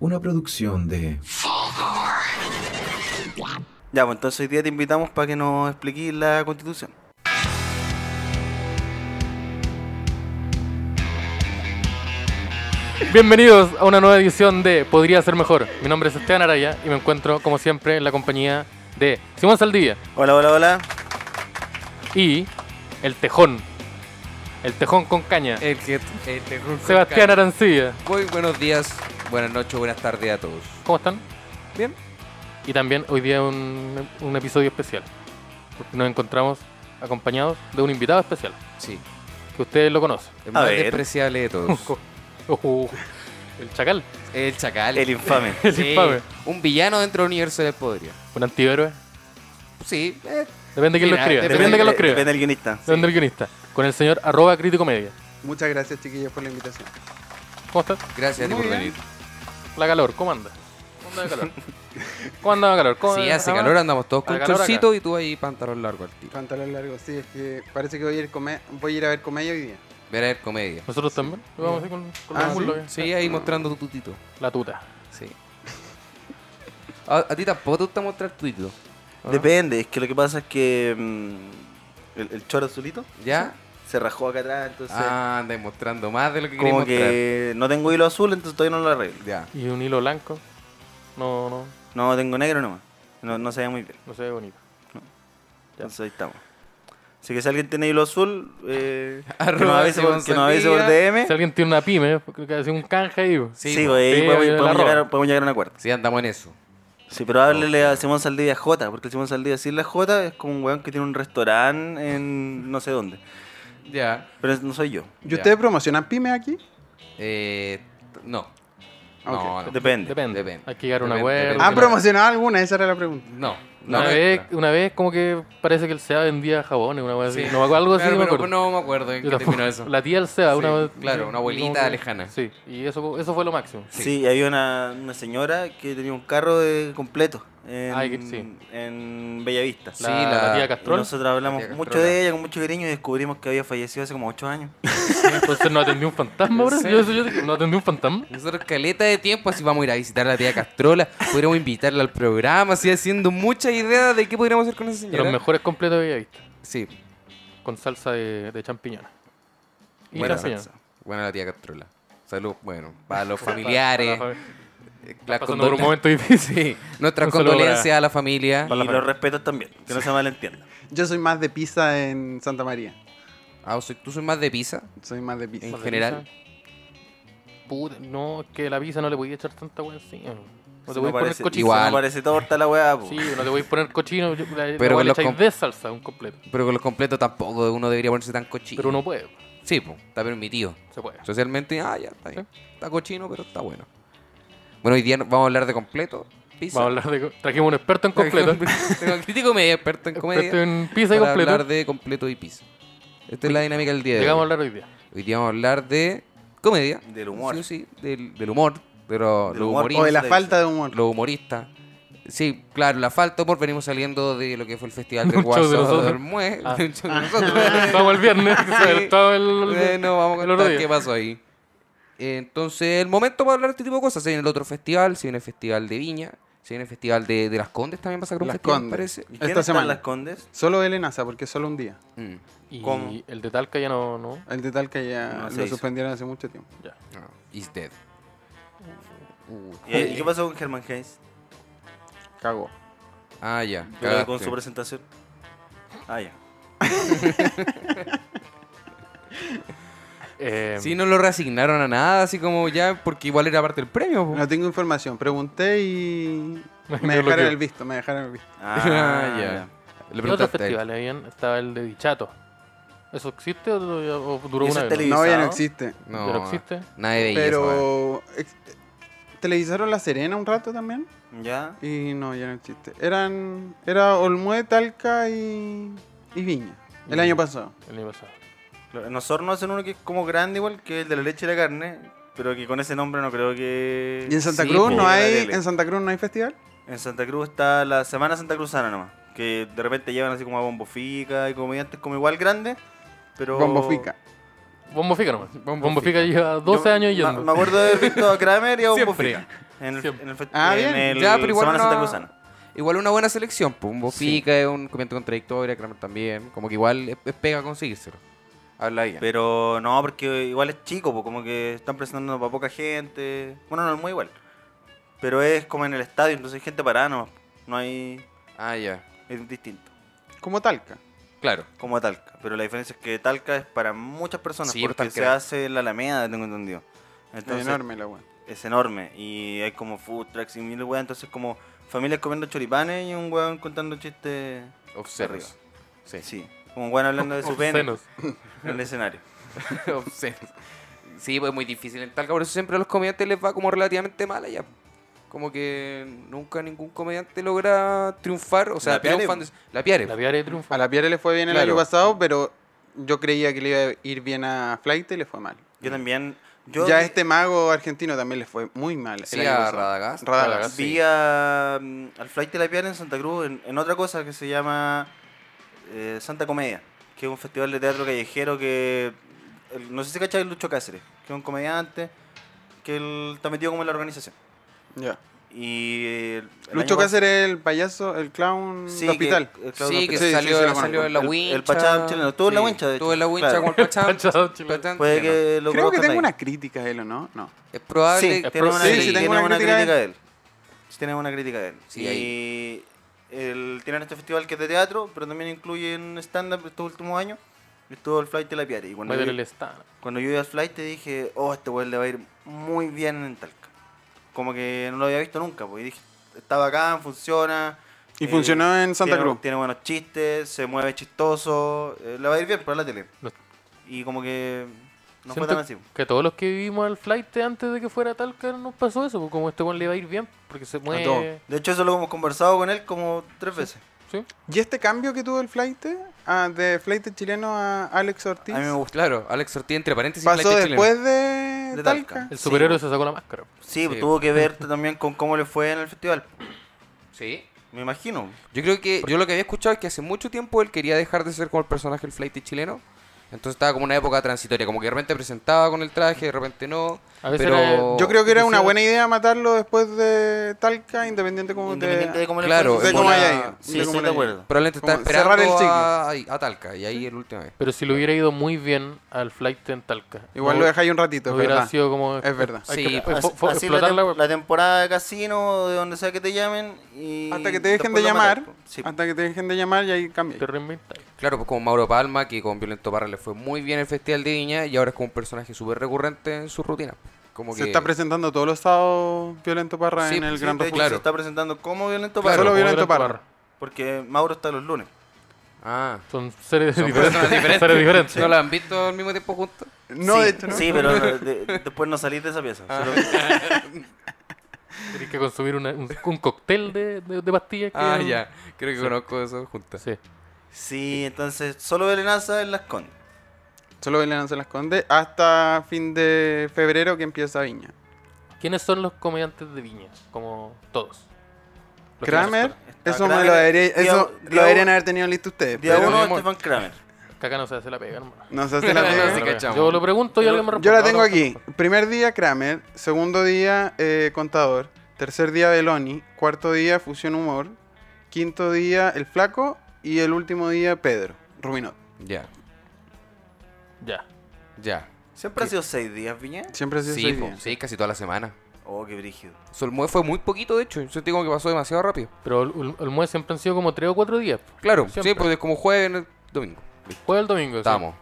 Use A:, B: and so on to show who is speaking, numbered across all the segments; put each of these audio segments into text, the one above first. A: Una producción de...
B: Ya, pues entonces hoy día te invitamos para que nos expliques la constitución.
C: Bienvenidos a una nueva edición de Podría Ser Mejor. Mi nombre es Esteban Araya y me encuentro, como siempre, en la compañía de Simón Saldivia
B: Hola, hola, hola.
C: y el Tejón. El Tejón con caña.
D: El que el terror con
C: Sebastián
D: caña.
C: Arancilla.
D: Muy buenos días, buenas noches, buenas tardes a todos.
C: ¿Cómo están?
D: Bien.
C: Y también hoy día un, un episodio especial. Porque nos encontramos acompañados de un invitado especial,
D: Sí,
C: que ustedes lo conocen.
D: el
B: A
D: más
B: ver.
D: despreciable de todos.
C: Ujú. el Chacal,
D: el chacal.
B: El infame.
C: el
D: Sí,
C: infame.
D: Un villano dentro del universo del podría.
C: Un antihéroe.
D: Sí, eh,
C: Depende de quién lo
D: Mira,
C: escriba.
D: depende-
C: Depende de quién lo escriba.
B: Eh, Depende del guionista.
C: Depende del guionista. Con el señor arroba crítico media.
E: Muchas gracias, chiquillos, por la invitación.
C: ¿Cómo estás?
D: gracias a ti
E: Muy
D: por
E: bien.
D: venir.
C: La calor, ¿cómo anda? ¿Cómo anda de calor? ¿Cómo anda de calor? ¿Cómo
D: Sí, hace
C: ah,
D: calor, andamos todos con
C: Hace calor
D: chorcito y tú ahí pantalón largo al tiro.
E: Pantalón largo, sí, es que parece que voy a ir, come- voy a, ir a ver comedia hoy día.
D: Ver a ver comedia.
C: Nosotros también. Lo Vamos así con, con
E: Ah,
C: los
E: ¿sí?
C: muslos, eh.
D: Sí, ahí mostrando tu tutito.
C: La tuta.
D: Sí. A, a ti tampoco te gusta mostrar tu tutito.
C: Ah.
D: ¿o no?
B: Depende, es que lo que pasa es que mm, el, el choro azulito
D: ¿Ya?
B: se rajó acá atrás, entonces
D: Ah, andas mostrando más de lo que querías
B: como
D: mostrar.
B: que no tengo hilo azul, entonces todavía no lo arreglo.
D: Ya.
C: Y un hilo blanco. No, no,
B: No, tengo negro nomás. No, no se ve muy bien.
C: no se ve bonito.
B: Entonces ahí estamos. Así que si alguien tiene hilo azul, eh, que nos
D: Arroba
B: avise por,
D: Simón
B: que nos avise por
D: Saldivia.
B: DM.
C: Si alguien tiene una pyme, porque que hace un canje ahí. po.
B: ¿Eh? Sí,
D: Sí,
B: pues, ahí
C: sí,
B: podemos,
C: ahí la
B: podemos
C: roba.
B: llegar, podemos llegar a un acuerdo.
D: Sí, andamos en eso.
B: Sí, pero háblele a Simón Saldivia J, porque el Simón Saldivia sin la J es como un weón que tiene un restaurante en no sé dónde.
D: Ya.
B: Pero es- no soy yo.
E: ¿Y
D: Ya.
E: ustedes promocionan pyme aquí?
D: Eh, t- no.
E: Ah,
D: No,
E: ok.
D: no.
B: Depende.
C: Depende.
D: Depende.
C: Hay que llegar a un
D: Depende,
C: acuerdo.
D: depende.
E: ¿Han
D: Ah,
C: que la-
E: promocionado alguna? Esa era la pregunta.
D: No.
C: Una, vez, una vez como que parece que el SEA vendía jabones, una vez así. No, algo así,
D: Claro,
C: no me
D: pero
C: acuerdo.
D: no me acuerdo en
C: Yo
D: qué
C: tampoco.
D: terminó eso.
C: La tía del SEA,
D: Sí,
C: una vez.
D: claro,
C: sí,
D: una abuelita
C: como que-
D: lejana.
C: Sí, y eso, eso fue lo máximo.
B: Sí, y había una, una señora que tenía un carro de completo en,
C: Ay, Ah, que- sí.
B: en Bellavista.
C: La,
D: Sí, la-
C: la tía
B: Y
C: Castrol.
B: nosotros hablamos
D: María
B: mucho
D: Castrola.
B: de ella, con mucho cariño, y descubrimos que había fallecido hace como 8 años.
C: Ah, Entonces no atendió un fantasma, bro. Yo,
D: ¿En serio?
C: eso yo dije, no atendió un fantasma.
D: Nosotros caleta de tiempo, así vamos a ir a visitar a la tía Castrola, podríamos invitarla al programa, así haciendo muchas ideas de qué podríamos hacer con esa
C: De
D: señora.
C: los mejores completos que había visto.
D: Sí,
C: Con salsa de, de champiñones. Y
D: buena
C: champiñones.
D: salsa. Buena la tía Castrola. Salud, bueno, para los familiares,
C: Para la
D: eh,
C: Está
D: las
C: pasando por un
D: condolen-
C: momento difícil.
D: nuestras
C: Un saludo
D: condolencias
C: para-
D: a la familia.
B: y los respetos también, que no se malentienda.
E: Yo soy más de pizza en Santa María.
D: Ah, soy- ¿Tú soy más de pizza?
E: Soy más de pizza.
D: En general.
C: Puta, no, es que la pizza no le podía echar tanta wea encima. No
B: Se
C: te
B: me
C: podías poner
B: parece,
C: cochino.
B: igual.
D: Igual.
B: me parece torta la weá, po.
C: Sí, no te podías poner cochino. yo- La,
D: Pero
C: Pero
D: con
C: le
D: los
C: echáis
D: com-
C: de salsa un completo.
D: Pero con los completos tampoco uno debería ponerse tan cochino.
C: Pero uno puede,
D: Sí, pues, está permitido.
C: se puede.
D: Socialmente, ah, ya está bien. Está cochino, pero está bueno. Bueno, hoy día no- vamos a hablar de completo. Pizza.
C: Vamos a hablar de. Trajimos un experto en completo.
D: Tengo un crítico medio experto en comedia.
C: experto en pizza y
D: para
C: completo.
D: hablar de completo y pizza. Esta es la dinámica del día de
C: Llegamos a
D: hoy.
C: hablar hoy día.
D: Hoy día vamos a hablar de comedia.
B: Del humor.
D: Sí, sí, del, del humor. De lo,
B: Del
D: lo
B: humor.
E: O de la
B: Sí,
E: falta de humor.
D: lo humorista. Sí, claro, la falta de humor. Venimos saliendo de lo que fue el festival
C: Un
D: del
C: show de
D: Guaso
C: nosotros.
D: del Mue.
C: Ah.
D: de un show de nosotros.
C: Estamos el viernes. Estamos el.
D: Eh, no vamos a
C: el otro
D: contar
C: día.
D: qué pasó ahí. Entonces, el momento para hablar de este tipo de cosas. Se viene el otro festival, se viene el festival de Viña, se viene el festival de, de Las Condes también va a sacar un
E: Las
D: festival,
E: Condes.
D: parece.
B: ¿Y
E: Esta
B: quién está en
E: semana.
B: las condes?
E: Solo el Enasa, porque es solo un día.
D: Mm.
C: Y
B: ¿Cómo?
C: el de Talca ya no. no.
E: El de Talca ya
B: No, se
E: lo
B: hizo.
E: suspendieron hace mucho tiempo.
C: Ya.
D: Ah, Is dead. Uh.
B: ¿Y, Eh, y qué pasó con Germán Hayes?
E: Cagó.
D: Ah, ya.
B: Yo creo que Con
D: cagaste.
B: su presentación. Ah, ya.
C: Eh,
D: Sí, no lo reasignaron a nada, así como ya, porque igual era parte del premio. po.
E: No tengo información. Pregunté y
C: Me
E: me dejaron
C: bloqueó.
E: el visto, me dejaron el visto.
B: Ah, ya.
D: Ah, Le
C: ¿Qué otros
D: preguntaste a él.
C: festivales habían? Estaba el de Dichato. ¿Eso existe o, todavía- o duró
B: ¿Y eso
C: una
B: es
C: vez?
B: televisión?
E: No, ya
B: ¿Televisado?
E: no existe.
D: No,
C: ¿Pero existe?
D: Nadie veía eso.
E: Pero ex- televisaron La Serena un rato también.
B: Ya.
E: Y no, ya no existe. Eran. Era Olmué, Talca y. y Viña. El
C: Y-
E: año pasado.
C: El año pasado.
B: En Osorno hacen uno que es como grande igual que el de la leche y la carne, pero que con ese nombre no creo que...
E: ¿Y en Santa
D: Sí,
E: Cruz
D: po.
B: Llegue
E: no
B: a pues, la
E: hay.
B: tele.
E: En Santa Cruz no hay festival?
B: En Santa Cruz está la Semana Santa Cruzana nomás. Que de repente llevan así como a Bombofica y comediantes como igual grandes. Pero.
E: Bombofica.
C: Bombofica nomás.
D: Bombofica.
C: Bombofica lleva 12
B: Yo
C: años
B: me-
C: yendo.
B: Me acuerdo de haber visto a Kramer y a
D: Siempre.
B: Bombofica. en el,
C: Siempre.
B: en el fe-
E: Ah,
B: en
E: bien.
B: el
D: Ya, pero igual
B: Semana
D: una-
B: Santa Cruzana.
D: Igual una buena selección, pues un Bofica, es un comienzo contradictorio, Kramer también. Como que igual es, es pega conseguírselo. Habla bien.
B: Pero no, porque igual es chico, po, como que están presentando para poca gente. Bueno, no es muy igual. Pero es como en el estadio, entonces hay gente parada nomás. No hay.
D: Ah, ya.
B: Es distinto.
E: Como Talca.
D: Claro.
B: Como Talca. Pero la diferencia es que Talca es para muchas personas
D: Sí,
B: porque
D: Talca
B: se
D: era-
B: hace en la Alameda, tengo entendido. Entonces,
E: es enorme la weá.
B: es enorme y hay como food trucks y mil weas, entonces como familias comiendo choripanes y un weón contando chistes.
D: Obscenos. Sí.
B: Sí, como un weón hablando de su pene
C: Obscenos.
B: en el escenario.
D: Obscenos. Sí, pues es muy difícil en Talca, por eso siempre a los comediantes les va como relativamente mal allá. Como que nunca ningún comediante logra triunfar, o sea,
B: La Piare,
D: triunfan de- la piare.
C: La Viare triunfa.
E: A la Piare le fue bien el
D: Claro.
E: año pasado, pero yo creía que le iba a ir bien a Flight y le fue mal.
B: Yo también, yo
E: ya
B: vi-
E: este mago argentino también le fue muy mal. el
D: Sí,
E: año
D: a
E: pasado.
D: Radagast.
E: Radagast.
B: vi
D: sí.
B: a, mm, al Flight de la Piana en Santa Cruz en, en otra cosa que se llama eh, Santa Comedia, que es un festival de teatro callejero que, el- no sé si cachai Lucho Cáceres, que es un comediante que él está metido como en la organización.
E: Ya.
B: Y eh, el- el
E: Lucho
B: año pas-
E: Cáceres, el payaso, el clown
B: Sí,
E: de hospital.
B: que- eh, el Claudio
D: Sí, que
E: Sí, sí,
D: salió,
E: sí, lo
D: salió
E: conozco.
D: en la
B: El- el
D: wincha.
B: Pachá chileno. Estuvo en la wincha, de
D: Estuvo
B: hecho.
D: en la wincha
B: Claro.
D: con el Pachá.
C: Pachá chileno.
D: Pachá
B: Puede
D: chileno.
B: que lo
E: Creo que
B: conozcan
E: tengo
B: ahí.
E: una crítica de él, ¿o no? No.
D: Es probable
B: Sí,
D: que-
B: tiene una,
E: Sí,
B: crítica-
E: sí, tengo
B: tiene
E: una
B: una
E: crítica
B: crítica
E: de
B: de él. Sí, tiene una crítica de él.
D: Sí,
B: y él- tienen este festival que es de teatro, pero también incluyen stand-up estos últimos años. Estuvo el Flight de la Piare. Y cuando,
C: Madre
B: yo,
C: del Estado.
B: cuando yo vi al Flight te dije, oh, este weón le va a ir muy bien en Talca. Como que no lo había visto nunca, porque dije, está bacán, funciona.
E: Y
B: eh,
E: funcionó en Santa
B: tiene,
E: Cruz.
B: Tiene buenos chistes, se mueve chistoso. eh, le va a ir bien para la tele.
C: Lo-
B: Y como que no fue
C: Siento
B: tan así.
C: Que todos los que vivimos al flight antes de que fuera Talca nos pasó eso, pues, como este one le va a ir bien, porque se mueve.
B: De hecho, eso lo hemos conversado con él como tres veces.
C: ¿sí?
E: ¿Y este cambio que tuvo el flight? ah, de flight chileno a Alex Ortiz.
B: A mí me gustó.
D: Claro, Alex Ortiz, entre paréntesis.
E: pasó
D: Flight Chileno.
E: después de,
B: De Talca.
E: Talca.
C: El
B: Sí,
C: superhéroe
B: pues.
C: se sacó la máscara.
B: Sí,
D: Sí.
B: pues tuvo que ver también con cómo le fue en el festival.
D: Sí.
B: Me imagino.
D: Yo creo que yo lo que había escuchado es que hace mucho tiempo él quería dejar de ser como el personaje el flight chileno. Entonces estaba como una época transitoria, como que de repente presentaba con el traje, de repente no.
C: A veces
D: pero
C: era-
E: Yo creo que era una
C: Quisiera-
E: buena idea matarlo después de Talca, independiente como
B: Independiente de cómo
D: claro,
B: le fue.
E: de
D: es
E: cómo
D: una-
E: haya ido.
B: Sí,
E: de
B: estoy
E: cómo
B: de
E: le haya ido.
B: acuerdo.
D: probablemente estaba
E: Como cerrar
D: esperando
E: el ciclo.
D: a, a Talca y ahí el último vez.
C: Pero si le hubiera ido muy bien al flight en Talca.
E: Igual
C: no-
E: lo dejáis un ratito,
C: no
E: es
C: hubiera
E: verdad.
C: sido como.
E: Es verdad.
C: hay
D: Sí,
C: que-
D: pues,
C: fo-
B: Así,
C: fo-
B: así la,
C: explotar la
B: tem-
C: web.
B: la temporada de casino, de donde sea que te llamen. Y
E: Hasta que te dejen de
B: después lo
E: llamar,
B: mataron. Sí.
E: hasta que te dejen de llamar y ahí cambia.
C: Te reinventas.
D: Claro, pues como Mauro Palma, que con Violento Parra le fue muy bien el Festival de Viña y ahora es como un personaje súper recurrente en su rutina. Como
E: Se
D: que...
E: está presentando todos los sábados Violento Parra
D: Sí,
E: en el
D: sí,
E: Gran
B: de hecho,
E: Refugio.
D: claro.
B: se está presentando como violento
D: Claro.
B: para
E: Solo
C: Como
E: Violento
C: Violento
E: Parra.
C: Parra.
B: Porque Mauro está los lunes.
D: Ah.
C: Son seres
D: Son
C: diferentes.
D: personas diferentes.
C: seres diferentes.
D: ¿No la han visto al mismo tiempo juntos?
E: No,
B: sí,
E: de hecho, ¿no? Ah.
B: Sí, pero eh, de- después no salís de esa pieza. Solo-
C: Tienes que consumir una- un, un cóctel de, de, de pastillas. que-
D: Ah, ya. Creo que
C: Sí.
D: conozco eso juntos.
C: Sí.
B: sí, entonces solo Belenaza en las condes.
E: Solo Belén se las conde hasta fin de febrero que empieza Viña.
C: ¿Quiénes son los comediantes de Viña? Como todos. Los que
E: Kramer,
C: no
B: Está
E: eso me
B: Kramer,
E: lo, debería,
B: día-
E: eso
B: día
E: lo deberían
B: uno-
E: haber tenido listo ustedes.
B: Día
E: pero
B: uno,
D: hemos-
B: Stefan Kramer.
C: se- Caca no se hace la pega, hermano.
E: No se hace la
D: No,
E: pega.
C: No,
D: sí,
C: no,
D: cachamos.
C: Yo lo pregunto y alguien me responde.
E: Yo la
C: No,
E: tengo
C: no,
E: aquí. Primer día Kramer, segundo día eh, Contador, tercer día Beloni, cuarto día Fusión Humor, quinto día El Flaco y el último día Pedro Ruminot.
D: Ya,
C: Ya.
D: ya.
B: Siempre ha sido seis días, Viña.
E: Siempre ha sido
D: Sí,
E: seis
D: po,
E: días.
D: sí, casi toda la semana.
B: Oh, qué brígido.
D: Solmue fue muy poquito, de hecho. Yo sentí como que pasó demasiado rápido.
C: Pero el, el- el MUE siempre han sido como 3 o 4 días.
D: Claro,
C: Siempre.
D: sí, porque es como jueves, domingo.
E: pues,
C: Jueves el domingo. sí.
D: Estamos.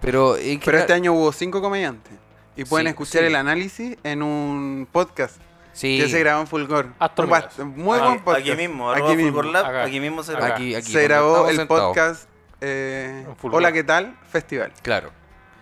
D: Pero, en
E: Pero este
D: general-
E: año hubo cinco comediantes. Y pueden
D: Sí,
E: escuchar
D: sí.
E: el análisis en un podcast
D: sí,
E: que se grabó en Fulgor.
C: Astro
E: Un bast-
C: Miras.
E: Muy
B: Ah, aquí,
E: buen podcast.
B: aquí mismo,
E: Aquí
B: arroba
E: mismo.
B: Fulgor Lab,
C: Acá.
B: aquí mismo se
C: Acá.
B: graba.
D: aquí, aquí,
E: se
D: donde
E: grabó
D: estamos
E: el
D: sentados.
E: podcast eh,
C: En Fulgor.
E: Hola, ¿qué tal? Festival.
D: Claro.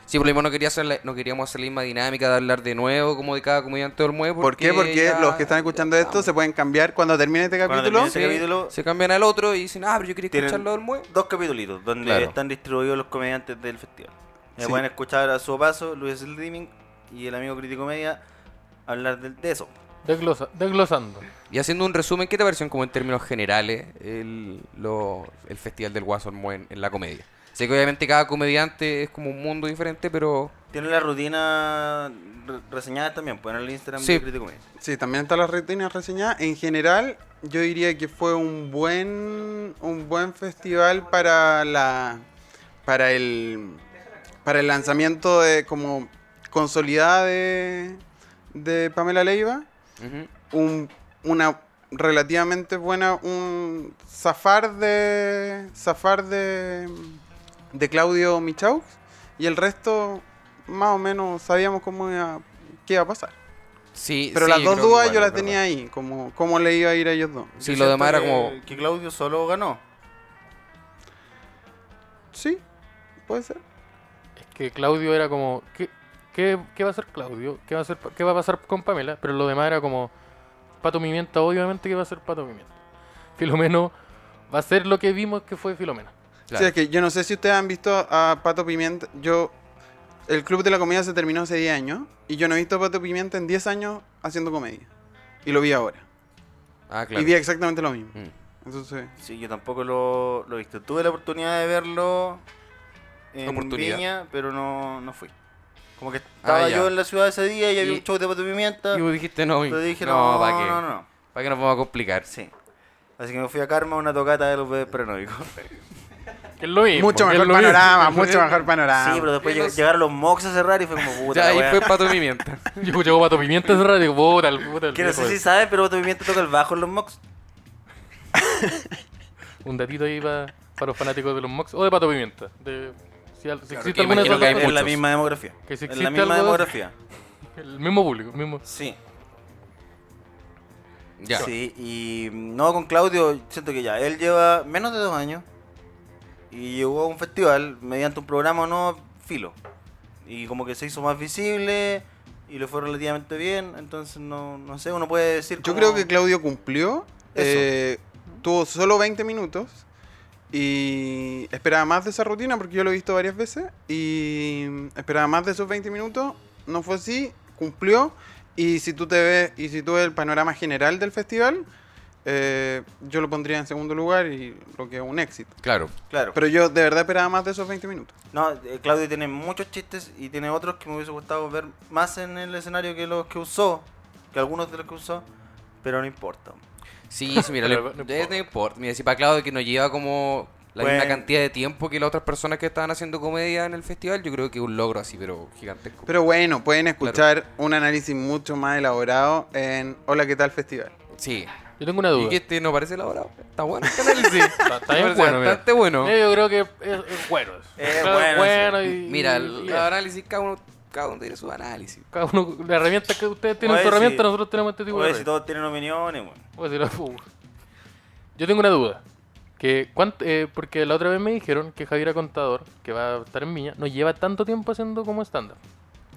D: Sí, por lo mismo no, quería hacer la- no queríamos hacer la misma dinámica de hablar de nuevo, como de cada comediante del mueve.
E: ¿Por qué? Porque
D: ya-
E: los que están escuchando
D: ya
E: esto se
D: estamos.
E: pueden cambiar cuando termine este
B: Cuando
E: capítulo.
B: termine- Ese capítulo-
D: se cambian al otro y dicen, ah, pero yo quería
B: Tienen-
D: escucharlo del mueve.
B: Dos capítulos donde
D: Claro.
B: están distribuidos los comediantes del festival. Y
E: Sí.
B: pueden escuchar a su paso, Luis Sliming y el amigo Crítico Media hablar del- de, eso.
C: Desglosa- desglosando.
D: Y haciendo un resumen, ¿qué te pareció como en términos generales el, lo- el Festival del Guasón Mue en, en la comedia? Sé que obviamente cada comediante es como un mundo diferente, pero
B: Tiene la rutina re- reseñada también, pues en el Instagram
D: Sí.
B: de Crítico Media.
E: Sí, también está la retina reseñada. En general, yo diría que fue un buen un buen festival para la para el para el lanzamiento de como consolidada de, de Pamela Leiva,
D: ujú,
E: un, una relativamente buena un zafar de zafar de de Claudio Michaux y el resto más o menos sabíamos cómo iba- qué iba a pasar.
D: sí.
E: Pero
D: sí,
E: las
D: yo
E: dos
D: creo que
E: dudas
D: igual,
E: yo
D: es
E: las
D: verdad.
E: tenía ahí, como cómo le iba a ir a ellos dos.
D: Sí,
B: Yo
D: lo demás
B: siento
D: era
B: que-
D: como.
B: Que Claudio solo ganó.
E: Sí, puede ser.
C: Es que Claudio era como, ¿qué, qué, qué va a hacer Claudio? ¿Qué va a, hacer, pa- ¿Qué va a pasar con Pamela? Pero lo demás era como, Pato Pimienta, obviamente que va a ser Pato Pimienta. Filomeno va a ser lo que vimos que fue Filomena.
D: Claro.
E: Sí, es que yo no sé si ustedes han visto a Pato Pimienta. Yo, el Club de la Comedia se terminó hace 10 años y yo no he visto a Pato Pimienta en 10 años haciendo comedia. Y lo vi ahora.
D: Ah, claro.
E: Y vi exactamente lo mismo.
D: Mm.
E: Entonces,
B: Sí, yo tampoco lo, lo he visto. Tuve la oportunidad de verlo en
D: Oportunidad. Ah,
B: Viña, pero no, no fui. Como que estaba
D: ya.
B: yo en la ciudad ese día y, había
D: Y-
B: un show de Pato Pimienta.
D: Y vos dijiste no,
B: Entonces dije,
D: no,
B: no,
D: ¿para
B: no,
D: qué?
B: no, no.
D: ¿Para qué nos vamos a complicar?
B: Sí. Así que me fui a Karma a una tocata de los bebés paranoicos.
C: Que es lo mismo,
E: mucho
C: que es
E: mejor
C: lo mismo.
E: panorama, mucho mejor panorama.
B: sí, pero después
D: Yo no
B: lleg-
D: sé.
B: llegaron los Mox a cerrar y fue como puta.
D: ya,
B: la
D: ahí
B: wea.
D: fue Pato Pimienta.
C: Yo llego Pato Pimienta ese rato y digo, puta, el puta, el
B: Que no sé
C: viejo
B: si
C: ese.
B: sabes, pero Pato Pimienta toca el bajo en los Mox.
C: Un datito ahí pa- para, los fanáticos de los Mox o de Pato Pimienta. De, si, al- si existe
D: que
C: alguna de
D: imagino
C: esas
D: que
C: dos-
D: hay
B: Es la
D: muchos.
B: misma demografía.
C: Que si
B: es
C: existe
B: la misma
C: algo de-
B: demografía.
C: el mismo público, el mismo.
B: Sí.
D: Ya.
B: Sí, y mm, no, con Claudio, siento que ya, él lleva menos de dos años y llegó a un festival mediante un programa no filo. Y como que se hizo más visible y le fue relativamente bien, entonces no, no sé, uno puede decir...
E: Yo
B: como-
E: creo que Claudio cumplió.
B: Eso.
E: eh, tuvo solo 20 minutos. Y esperaba más de esa rutina porque yo lo he visto varias veces. Y esperaba más de esos 20 minutos. No fue así. Cumplió. Y si tú te ves, y si tú ves el panorama general del festival, eh, yo lo pondría en segundo lugar y lo que es un éxito.
D: Claro.
B: Claro.
E: Pero yo de verdad esperaba más de esos 20 minutos.
B: No, eh, Claudio tiene muchos chistes y tiene otros que me hubiese gustado ver más en el escenario que los que usó, que algunos de los que usó, pero no importa.
D: Sí, sí, mira,
C: Pero
D: lo-
C: no
D: de-
C: importa.
D: no importa. Mira, si para Claudio que nos lleva como la
B: Bueno.
D: misma cantidad de tiempo que las otras personas que estaban haciendo comedia en el festival, yo creo que es un logro así, pero gigantesco.
E: Pero bueno, pueden escuchar un análisis mucho más elaborado en Hola, ¿qué tal festival?
D: sí.
C: Yo tengo una
D: Y que
C: duda.
D: este no parece elaborado. Está bueno este análisis.
C: Está- está bien
D: Parece
C: bueno, mira.
D: bastante bueno.
C: Eh, yo creo que es, es bueno. eso.
B: Es
C: Claro,
B: bueno,
C: y,
B: eh,
D: Mira,
C: y-
D: el el análisis, cada uno, cada uno tiene su análisis.
C: Cada uno, la herramienta que ustedes tienen
B: Oye,
C: su herramienta,
B: sí.
C: nosotros tenemos este tipo
B: Oye, si
C: de herramienta.
B: todos tienen opiniones, bueno.
C: Oye, si la- uh. Yo tengo una duda. Que, cuánt- eh, porque la otra vez me dijeron que Javiera Contador, que va a estar en Viña, no lleva tanto tiempo haciendo como estándar.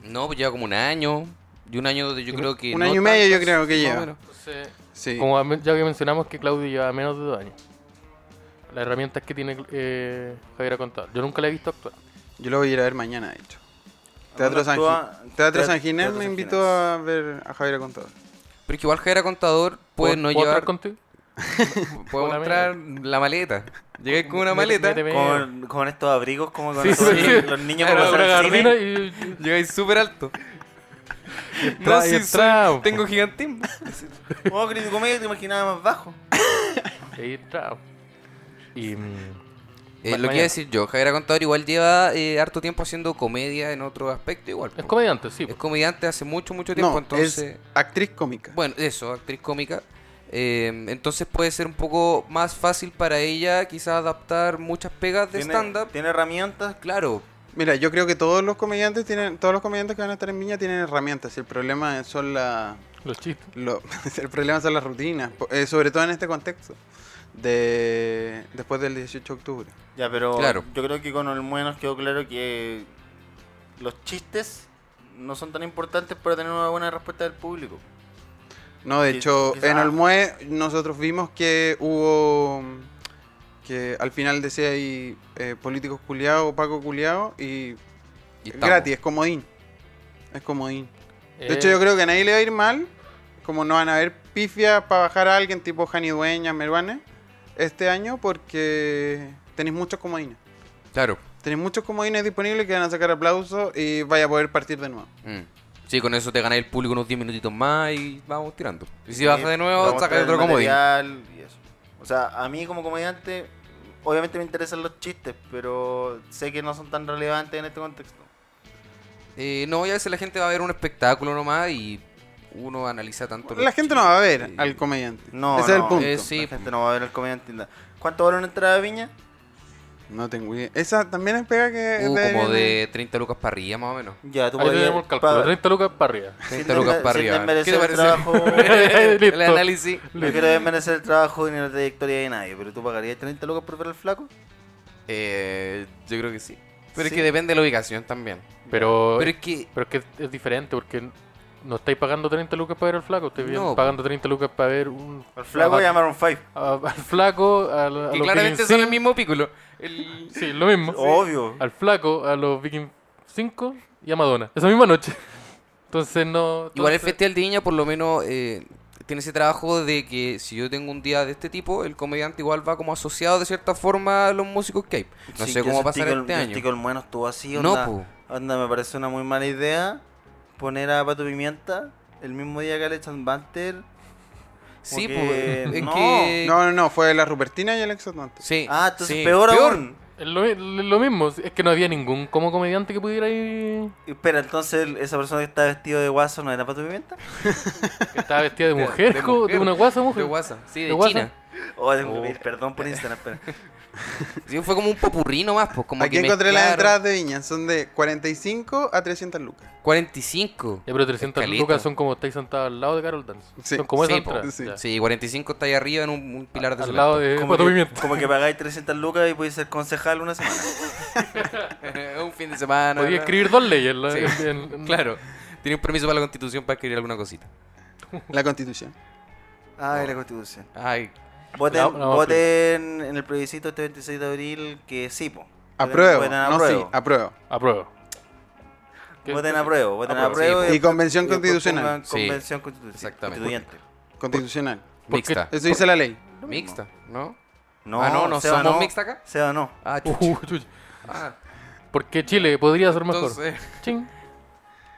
D: No, pues lleva como un año. Y un año donde yo creo que.
E: un
D: no
E: año y medio yo creo que
D: más o
E: lleva.
D: menos.
C: Entonces,
E: Sí.
C: como am- ya que mencionamos que Claudio lleva menos de dos años. Las herramientas que tiene eh, Javiera Contador. Yo nunca la he visto actuar.
D: Pues
E: Yo lo voy a ir a ver mañana, de hecho.
B: Ah,
E: Teatro San,
B: Actúa-
E: Gi- Teatro
B: Teat-
E: San Ginés
B: Teatro
E: me
B: San
E: invitó
B: Ginés.
E: a ver a Javier Contador.
D: Pero es que igual Javier Contador
C: ¿Puedo-
D: puede no
C: puedo entrar
D: llevar.
C: contigo?
D: Puedo
C: con la
D: mostrar la maleta. Llegué con una
C: Mete-
D: maleta.
C: méteme-
B: Con, con estos abrigos, como con
C: Sí,
B: estos-
C: sí.
B: los niños
D: Claro,
B: para
C: Una
B: pasar al cine.
C: gabardina y-
D: Llegáis súper alto.
C: entra- y
D: sí,
C: entra, po.
D: tengo gigantismo.
B: Oh, crítico medio te imaginaba más bajo.
C: Ahí está. Y mm,
D: Eh,
C: Ma-
D: lo que
C: mañana.
D: iba a decir yo, Javier Contador igual lleva eh, harto tiempo haciendo comedia en otro aspecto igual.
C: es
D: po.
C: comediante, sí.
D: Es
C: po.
D: comediante hace mucho, mucho tiempo,
E: No,
D: entonces...
E: es actriz cómica.
D: Bueno, eso, actriz cómica. Eh, entonces puede ser un poco más fácil para ella quizás adaptar muchas pegas de
B: Tiene,
D: stand-up.
B: tiene herramientas.
D: Claro,
E: Mira, yo creo que todos los comediantes tienen, todos los comediantes que van a estar en Viña tienen herramientas. y El problema son la,
C: Los chistes.
E: lo- el problema son las rutinas, po- eh, sobre todo en este contexto de después del 18 de octubre.
B: Ya, pero
D: Claro.
B: yo creo que con el nos quedó claro que los chistes no son tan importantes para tener una buena respuesta del público.
E: No, de
B: Qui-
E: hecho,
B: quizá-
E: en Olmue nosotros vimos que hubo mm, que al final decía ahí eh, políticos culiados, Paco culiado y
D: y
E: Es
D: estamos.
E: Gratis, es comodín. Es comodín. De
C: Eh.
E: hecho, yo creo que a nadie le va a ir mal. Como no van a haber pifias para bajar a alguien tipo Jani Dueña, Meruane, este año, porque tenéis muchos comodines.
D: Claro.
E: Tenés muchos comodines disponibles que van a sacar aplausos y vaya a poder partir de nuevo.
D: Mm. Sí, con eso te ganas el público unos 10 minutitos más y vamos tirando. Y si bajas de nuevo,
B: Eh, Vamos a
D: sacas
B: traer
D: otro comodín.
B: material y eso. O sea, a mí como comediante, obviamente me interesan los chistes, pero sé que no son tan relevantes en este contexto.
D: Eh, no, y a veces la gente va a ver un espectáculo nomás y uno analiza tanto.
E: La gente no va a ver
D: Sí.
E: al comediante.
B: No,
E: Ese es el
B: no,
E: punto.
D: eh, sí.
B: La gente no va a ver el comediante. en la- ¿Cuánto vale una entrada de viña?
E: No tengo idea. Esa también es pega que...
D: Uh,
E: deberían
D: como de 30 lucas para arriba, más o menos.
B: Ya, tú
C: Ahí
B: podías-
C: tenemos el cálculo.
B: pa-
C: 30 lucas para arriba.
B: sin
D: 30 lucas
B: desme-
D: para
B: sin
D: arriba.
B: desmerecer
D: ¿Qué te
B: el
D: parece?
B: trabajo-
D: el
C: Listo.
D: análisis.
B: No quiero desmerecer el trabajo ni la trayectoria de nadie, pero tú pagarías 30 lucas por ver al flaco.
D: Eh, yo creo que sí. Pero
B: Sí.
D: es que depende de la ubicación también.
C: Pero,
D: Pero es que.
C: pero es que es diferente porque no estáis pagando 30 lucas para ver al flaco. Estáis
D: No,
C: pagando 30 lucas para ver un...
B: Al flaco
C: a-
B: llamaron Five.
C: a- al flaco, a, la- a
D: que
C: los
D: claramente
C: Vikings
D: son el
C: cinco.
D: mismo pículo. El-
C: Sí, lo mismo.
B: Obvio.
C: Al flaco, a los Viking 5 y a Madonna. Esa misma noche. Entonces no...
D: Igual el
C: entonces-
D: Festival de Viña, por lo menos, eh, tiene ese trabajo de que si yo tengo un día de este tipo, el comediante igual va como asociado de cierta forma a los músicos que hay. No
B: Sí,
D: sé
B: yo
D: cómo va a
B: sentí que
D: pasar
B: el-
D: este
B: yo
D: año.
B: sentí que el mono estuvo así,
D: No,
B: onda,
D: po.
B: onda, me parece una muy mala idea poner a Pato Pimienta el mismo día que Alex Banter.
D: Sí,
B: que-
D: pues. Es
B: no.
D: que.
E: E. No, no, no, fue la Rupertina y el Exotante.
D: Sí.
B: Ah, entonces
D: sí.
B: peor, aún.
C: Es lo, es lo mismo, es que no había ningún como comediante que pudiera ir.
B: Espera, entonces el- esa persona que está vestido de guaso no era Pato Pimienta.
C: que estaba vestida de
D: De-
C: mujer,
D: de
C: co- de,
D: mujer.
C: una guasa mujer.
D: De WhatsApp. Sí,
C: ¿De
D: de,
C: WhatsApp?
D: China.
B: Oh, tengo que
C: Oh.
B: pedir perdón por Instagram, espera.
D: Sí, fue como un popurrino más, pues. Como
E: Aquí
D: que
E: encontré las
D: mezclaron.
E: entradas de Viña. Son de 45 a 300 lucas.
D: 45.
C: Ya, pero 300
D: Escaleta.
C: lucas son como estáis sentados al lado de Carol Dance.
E: Sí.
C: Son como esa
D: Sí, po.
C: entrada,
E: Sí.
C: ya.
D: Sí, 45 está ahí arriba en un, un pilar de
C: Al
D: cemento.
C: lado de
B: Como
C: Pato
B: que,
C: Pimienta.
B: como que pagáis 300 lucas y podéis ser concejal una semana.
D: un fin de semana.
C: Podría
D: ¿no?
C: escribir dos leyes. la-
D: Sí.
C: en- en-
D: Claro. Tiene un permiso para la constitución para escribir alguna cosita.
E: La constitución.
B: Ay, Ah, la constitución.
D: Ay,
B: Voten,
C: La- la vamos a
B: voten en el plebiscito este 26 de abril que sí, po.
E: Apruebo.
B: Voten a
E: No, sí,
B: apruebo.
E: apruebo.
C: Apruebo. ¿Qué-
B: Voten a prueba, voten a
C: Apruebo,
B: prueba.
D: sí,
E: Y convención constitucional.
D: Sí,
B: Convención constitucional.
D: exactamente.
B: Constituyente.
E: Constitucional.
C: Porque-
D: mixta.
E: Eso dice la ley.
D: Mixta, ¿no?
B: No,
D: Ah, no, no,
B: Seba,
D: ¿somos
B: no.
D: mixta acá?
B: Seba, no.
D: Ah, chucha.
C: Uh, chucha.
D: Ah,
C: Porque Chile podría ser mejor.
D: entonces,
C: Ching.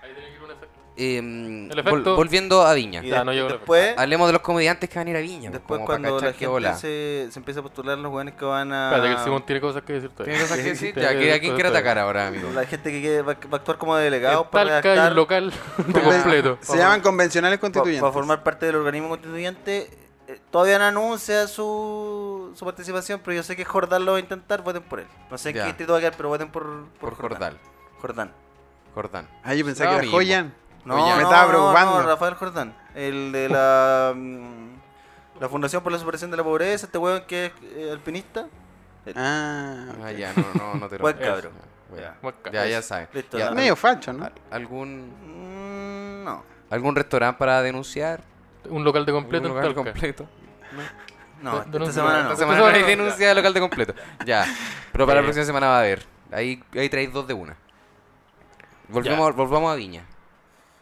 C: Ahí tiene que ir un efecto.
D: em,
C: El efecto-
D: vol- volviendo a Viña.
B: Y
C: Ya,
B: de-
C: Ah, no llegó la
B: después,
D: Hablemos de los comediantes que van a ir a Viña. pues,
B: después
D: como para
B: cuando
D: cachar
B: la
D: qué
B: gente
D: bola.
B: se, se empieza a postular, los weones que van a.
C: Espérate, que el Simón tiene cosas que decir todavía.
D: Ah. ¿Tiene cosas que decir?
C: Sí,
D: Ya,
C: sí,
D: ¿que- ¿A
C: sí,
D: quién
C: sí,
D: quiere
C: sí.
D: atacar ahora, amigo?
B: La gente que, quiere- va, va a actuar como delegado
C: En
B: para
C: Talca hay
B: redactar,
C: un local
E: Conven-
C: completo.
E: Se llaman convencionales
B: pa-
E: constituyentes.
B: para formar parte del organismo constituyente. Eh, Todavía no anuncia su, su participación, pero yo sé que Jordán lo va a intentar, voten por él. No sé en
D: Ya.
B: qué distrito va a quedar, pero voten por, por,
D: Por Jordal.
B: Jordán.
D: Jordán.
E: Ah, yo
D: No,
E: pensaba que era
D: amigo.
E: Joyan.
B: No,
D: Oye,
E: me
B: no,
E: estaba
B: no,
E: preocupando.
B: no, Rafael Jordán, el de la, mm, la Fundación por la Superación de la Pobreza, este huevón que es eh, alpinista.
E: Ah,
D: Ah, ya, no, no, no te lo
B: Buen cabro.
D: Ya,
C: Buen
D: ya,
C: cabro.
D: ya saben.
B: Listo,
D: Ya,
B: no.
E: medio facho, ¿no?
D: al- ¿Algún,
B: Mm, no,
D: ¿Algún restaurante para denunciar?
C: Un local de completo
D: ¿Algún
C: en
D: local
C: Talca.
D: completo?
B: no,
C: De- denuncia.
B: esta semana no.
D: Esta
C: Esta
D: semana no
C: semana
D: hay
C: no.
D: denuncia de local de completo. Ya. Pero para
C: Eh.
D: la próxima semana va a haber. Ahí, ahí traéis dos de una. Volvemos, volvamos a Viña.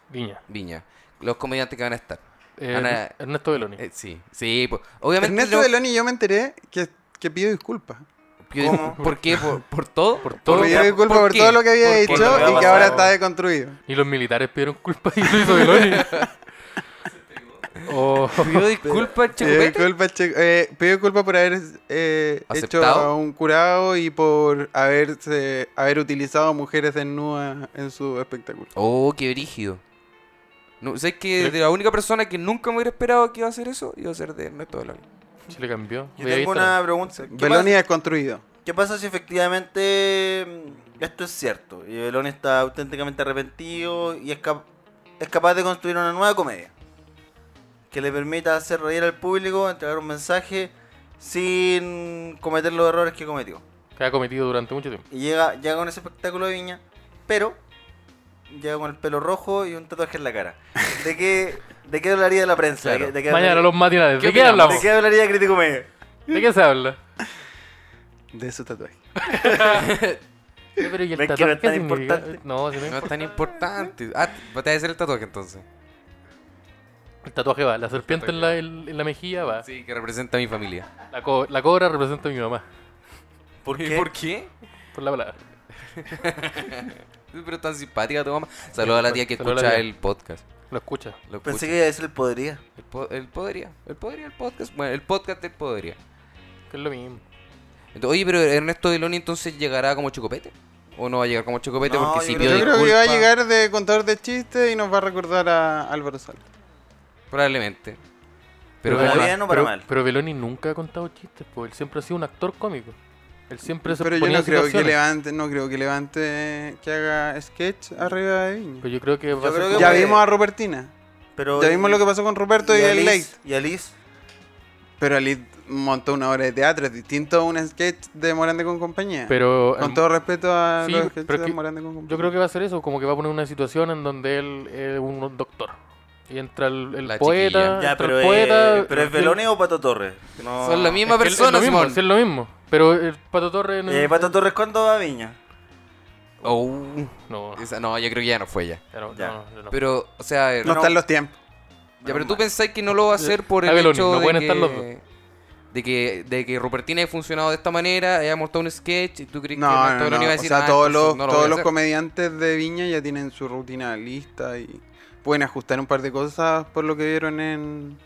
C: Viña.
D: Viña. Los comediantes que van a estar.
C: Eh,
D: Ana-
C: Ernesto Beloni.
D: Eh, sí, sí. po- Obviamente.
E: Ernesto
D: yo-
E: Deloni, yo me enteré que, que pidió disculpas.
D: yo-
B: ¿Cómo?
D: ¿Por qué? ¿Por, por todo?
C: Por todo.
E: Pidió disculpas por
D: qué?
E: todo lo que había
D: ¿Por qué?
E: hecho
B: Por lo que
E: y
B: había
E: que ahora
B: pasado.
E: está deconstruido.
C: Y los militares pidieron culpa y lo hizo Beloni. Oh,
D: ¿Pidió disculpas,
E: Pidió
D: Checupete?
E: disculpas, Checo- eh, pidió disculpas por haber eh, hecho
D: ¿Aceptado?
E: a un curado y por haberse, haber utilizado mujeres desnudas en su espectáculo.
D: Oh, qué brígido. No, ¿Sabes que
C: ¿Eh?
D: de la única persona que nunca me hubiera esperado que iba a hacer eso, iba a ser de Ernesto Beloni?
C: Chile cambió.
B: Yo
C: Veía
B: tengo
C: Instagram.
B: una pregunta. ¿Qué
E: Beloni
B: pasa,
E: desconstruido.
B: qué pasa si efectivamente mm, esto es cierto? Y Beloni está auténticamente arrepentido y es, cap- es capaz de construir una nueva comedia que le permita hacer reír al público, entregar un mensaje sin cometer los errores que cometió.
C: que ha cometido durante mucho tiempo.
B: Y llega, llega con ese espectáculo de viña, pero llega con el pelo rojo y un tatuaje en la cara. ¿De qué, de qué hablaría la prensa? ¿De,
D: Claro.
B: qué- de qué
C: Mañana
B: hablaría,
C: los matinales.
D: ¿Qué
C: ¿De qué
D: opinamos?
C: hablamos?
B: ¿De qué hablaría Crítico Medio?
C: ¿De qué se habla?
E: De su tatuaje.
C: Pero ¿y el
B: Ven que
C: tatuaje
B: no es tan
C: qué significa?
B: importante.
C: No, si no
D: No es
C: importa.
D: tan importante. Ah, te vas a hacer el tatuaje entonces.
C: El tatuaje va. La serpiente en la, en, en la mejilla va.
D: Sí, que representa a mi familia.
C: La, co- la cobra representa a mi mamá.
B: ¿Por
D: ¿Y
B: qué?
D: ¿Por qué?
C: Por la palabra.
D: Pero tan simpática tu mamá. Saludos a la tía que
C: Saludos a la
D: escucha
C: tía.
D: el podcast.
C: Lo escucha.
D: Lo
B: Pensé
D: escucha.
B: que iba a decir el podría.
D: El, po- el podría. El podría, el podcast. Bueno, el podcast del podría.
C: Que es lo mismo.
D: Entonces, oye, pero Ernesto Deloni entonces llegará como chocopete. ¿O no va a llegar como chocopete?
B: No,
D: porque
B: yo
D: si
B: creo-
D: pidió
E: Yo creo que
D: disculpa-
E: va a llegar de contador de chistes y nos va a recordar a Álvaro Sala.
D: Probablemente.
B: Pero
D: Pero,
B: para
D: como-
B: bien o para
C: pero,
B: mal.
C: pero Beloni nunca ha contado chistes, pues él siempre ha sido un actor cómico. Él siempre se
E: Pero yo
C: ponía
E: no
C: en
E: creo que
C: situaciones.
E: levante, no creo que levante que haga sketch arriba de Viña.
C: Pero Pues yo creo que va a
B: creo
C: ser
B: que
E: Ya
B: puede.
E: vimos a Robertina.
B: Pero
E: Ya vimos lo que pasó con Roberto y, el Late.
B: Alice, Y Alice.
E: Pero Ali montó una obra de teatro, es distinto a un sketch de Morande con compañía.
C: Pero
E: con todo respeto a
C: Sí,
E: los
C: pero
E: sketches de
C: que-
E: Morande con compañía.
C: yo creo que va a ser eso, como que va a poner una situación en donde él es un doctor. Y entra el, el
D: La
C: poeta,
D: chiquilla.
B: Ya,
C: entra
B: pero,
C: Ah, el
B: eh,
C: poeta.
B: pero es
C: el-
B: Beloni o Pato Torres. No.
D: Son la
C: es
D: misma
C: que es lo
D: persona,
C: mismo,
D: Simón.
C: sí, es lo mismo. Pero el Pato Torres no.
B: Eh, Pato Torres, ¿cuándo va a Viña?
D: Oh,
C: no,
D: esa- no, yo creo que ya no fue ya.
C: ya no,
B: ya.
C: no, no, no.
D: Pero, o sea,
E: No,
B: No.
E: están los tiempos.
D: ya, pero tú pensás que no lo va a hacer por el
C: Abeloni,
D: hecho
C: Ah, no
D: de,
C: pueden
D: que,
C: estar los dos.
D: de que de que Rupertina haya funcionado de esta manera, haya montado un sketch y tú crees que
E: No, no,
D: Antonio
E: no.
D: iba a
E: O
D: decir
E: sea,
D: "Ah,
E: todos
D: entonces
E: los,
D: no lo voy
E: todos
D: a
E: los
D: hacer".
E: comediantes de Viña ya tienen su rutina lista y pueden ajustar un par de cosas por lo que vieron en,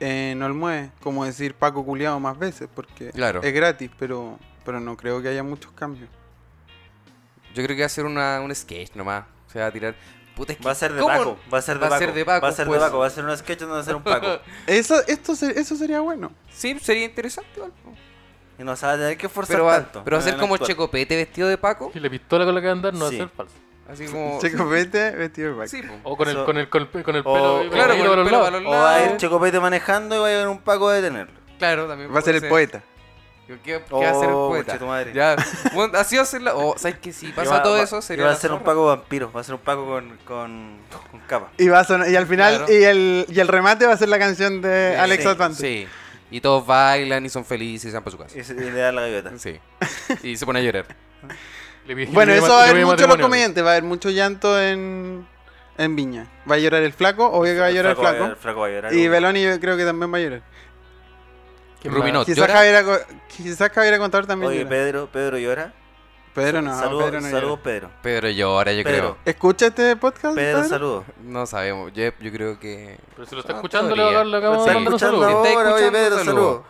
E: en Olmué. Como decir Paco Culeado más veces, porque
D: Claro.
E: es gratis, pero, pero no creo que haya muchos cambios.
D: Yo creo que va a ser una, un sketch nomás. Se va a tirar. Puta, es que
B: Va a ser de
D: ¿cómo?
B: Paco. Va a ser de
D: Va a
B: Paco.
D: ser de Paco,
B: Va a ser
D: pues.
B: de Paco. Va a ser un sketch donde va a ser un Paco.
E: Eso, esto, se- eso sería bueno.
D: Sí, sería interesante. igual, po.
B: Y no se va a tener que esforzar
D: Pero va,
B: tanto.
D: pero va a
B: en
D: ser
B: el
D: como
B: actuar.
D: Checopete vestido de Paco.
C: Y la pistola con la que va a andar no va a
B: Sí.
C: ser falsa.
D: Así como.
E: Checo Pete vestido de Paco.
D: Sí, po.
C: O con el,
B: Eso-
C: con el, con el, con el
B: o-
C: pelo. y
D: Claro,
C: y
D: con el
C: para los
D: pelo
C: lados.
D: para los
B: O va a ir
D: lados.
B: Checopete manejando y va a llegar un Paco a detenerlo.
D: Claro, también.
E: Va a ser
D: puede
E: el poeta.
D: ¿Qué, qué va a ser el
B: Oh,
D: poeta?
B: conchetumadre.
D: Ya. Bueno, así va a ser la. O, ¿sabes que Si
B: Y
D: pasa
B: va-
D: todo
B: va-
D: eso,
B: y
D: sería.
B: va a
D: la
B: ser un
D: zorra.
B: Paco vampiro. Va a ser un Paco con, con, con capa.
E: Y, va a sonar- y al final,
D: Claro.
E: y, el, y el remate va a ser la canción de
B: Sí,
E: Alex
B: sí,
E: Advance.
D: Sí. Y todos bailan y son felices y se van para su casa.
B: Y, se- y le da la gaviota.
D: Sí. Y se pone a llorar.
C: Le pide-
E: Bueno,
C: le
E: eso
C: pide
E: va a haber
C: matrimonio.
E: mucho en los comediantes,
D: pues.
E: va a haber mucho llanto en, en Viña. Va a llorar el flaco, obvio que va a llorar el
B: va a llorar,
E: flaco.
B: el flaco va a llorar.
E: Y Beloni yo creo que también va a llorar.
C: ¿Quién más?
D: Rubinot.
E: Quizás
D: ¿Llora?
E: Javier, Aco- quizás Javier Contador también
B: Oye,
E: llora.
B: Pedro, Pedro llora.
E: Pedro no,
B: saludos,
E: Pedro no
B: saludos,
E: llora.
B: Pedro.
D: Pedro llora, yo
B: Pedro.
D: creo.
E: ¿Escucha este podcast?
B: Pedro, saludos.
D: No sabemos. Yo, yo creo que.
C: Pero si lo está
D: Ah,
C: escuchando, le
D: teoría.
C: va a le acabamos
B: Está
C: de mandar un
B: escuchando
C: saludo.
D: está
B: ahora, oye,
D: escuchando,
B: Pedro,
D: saludos.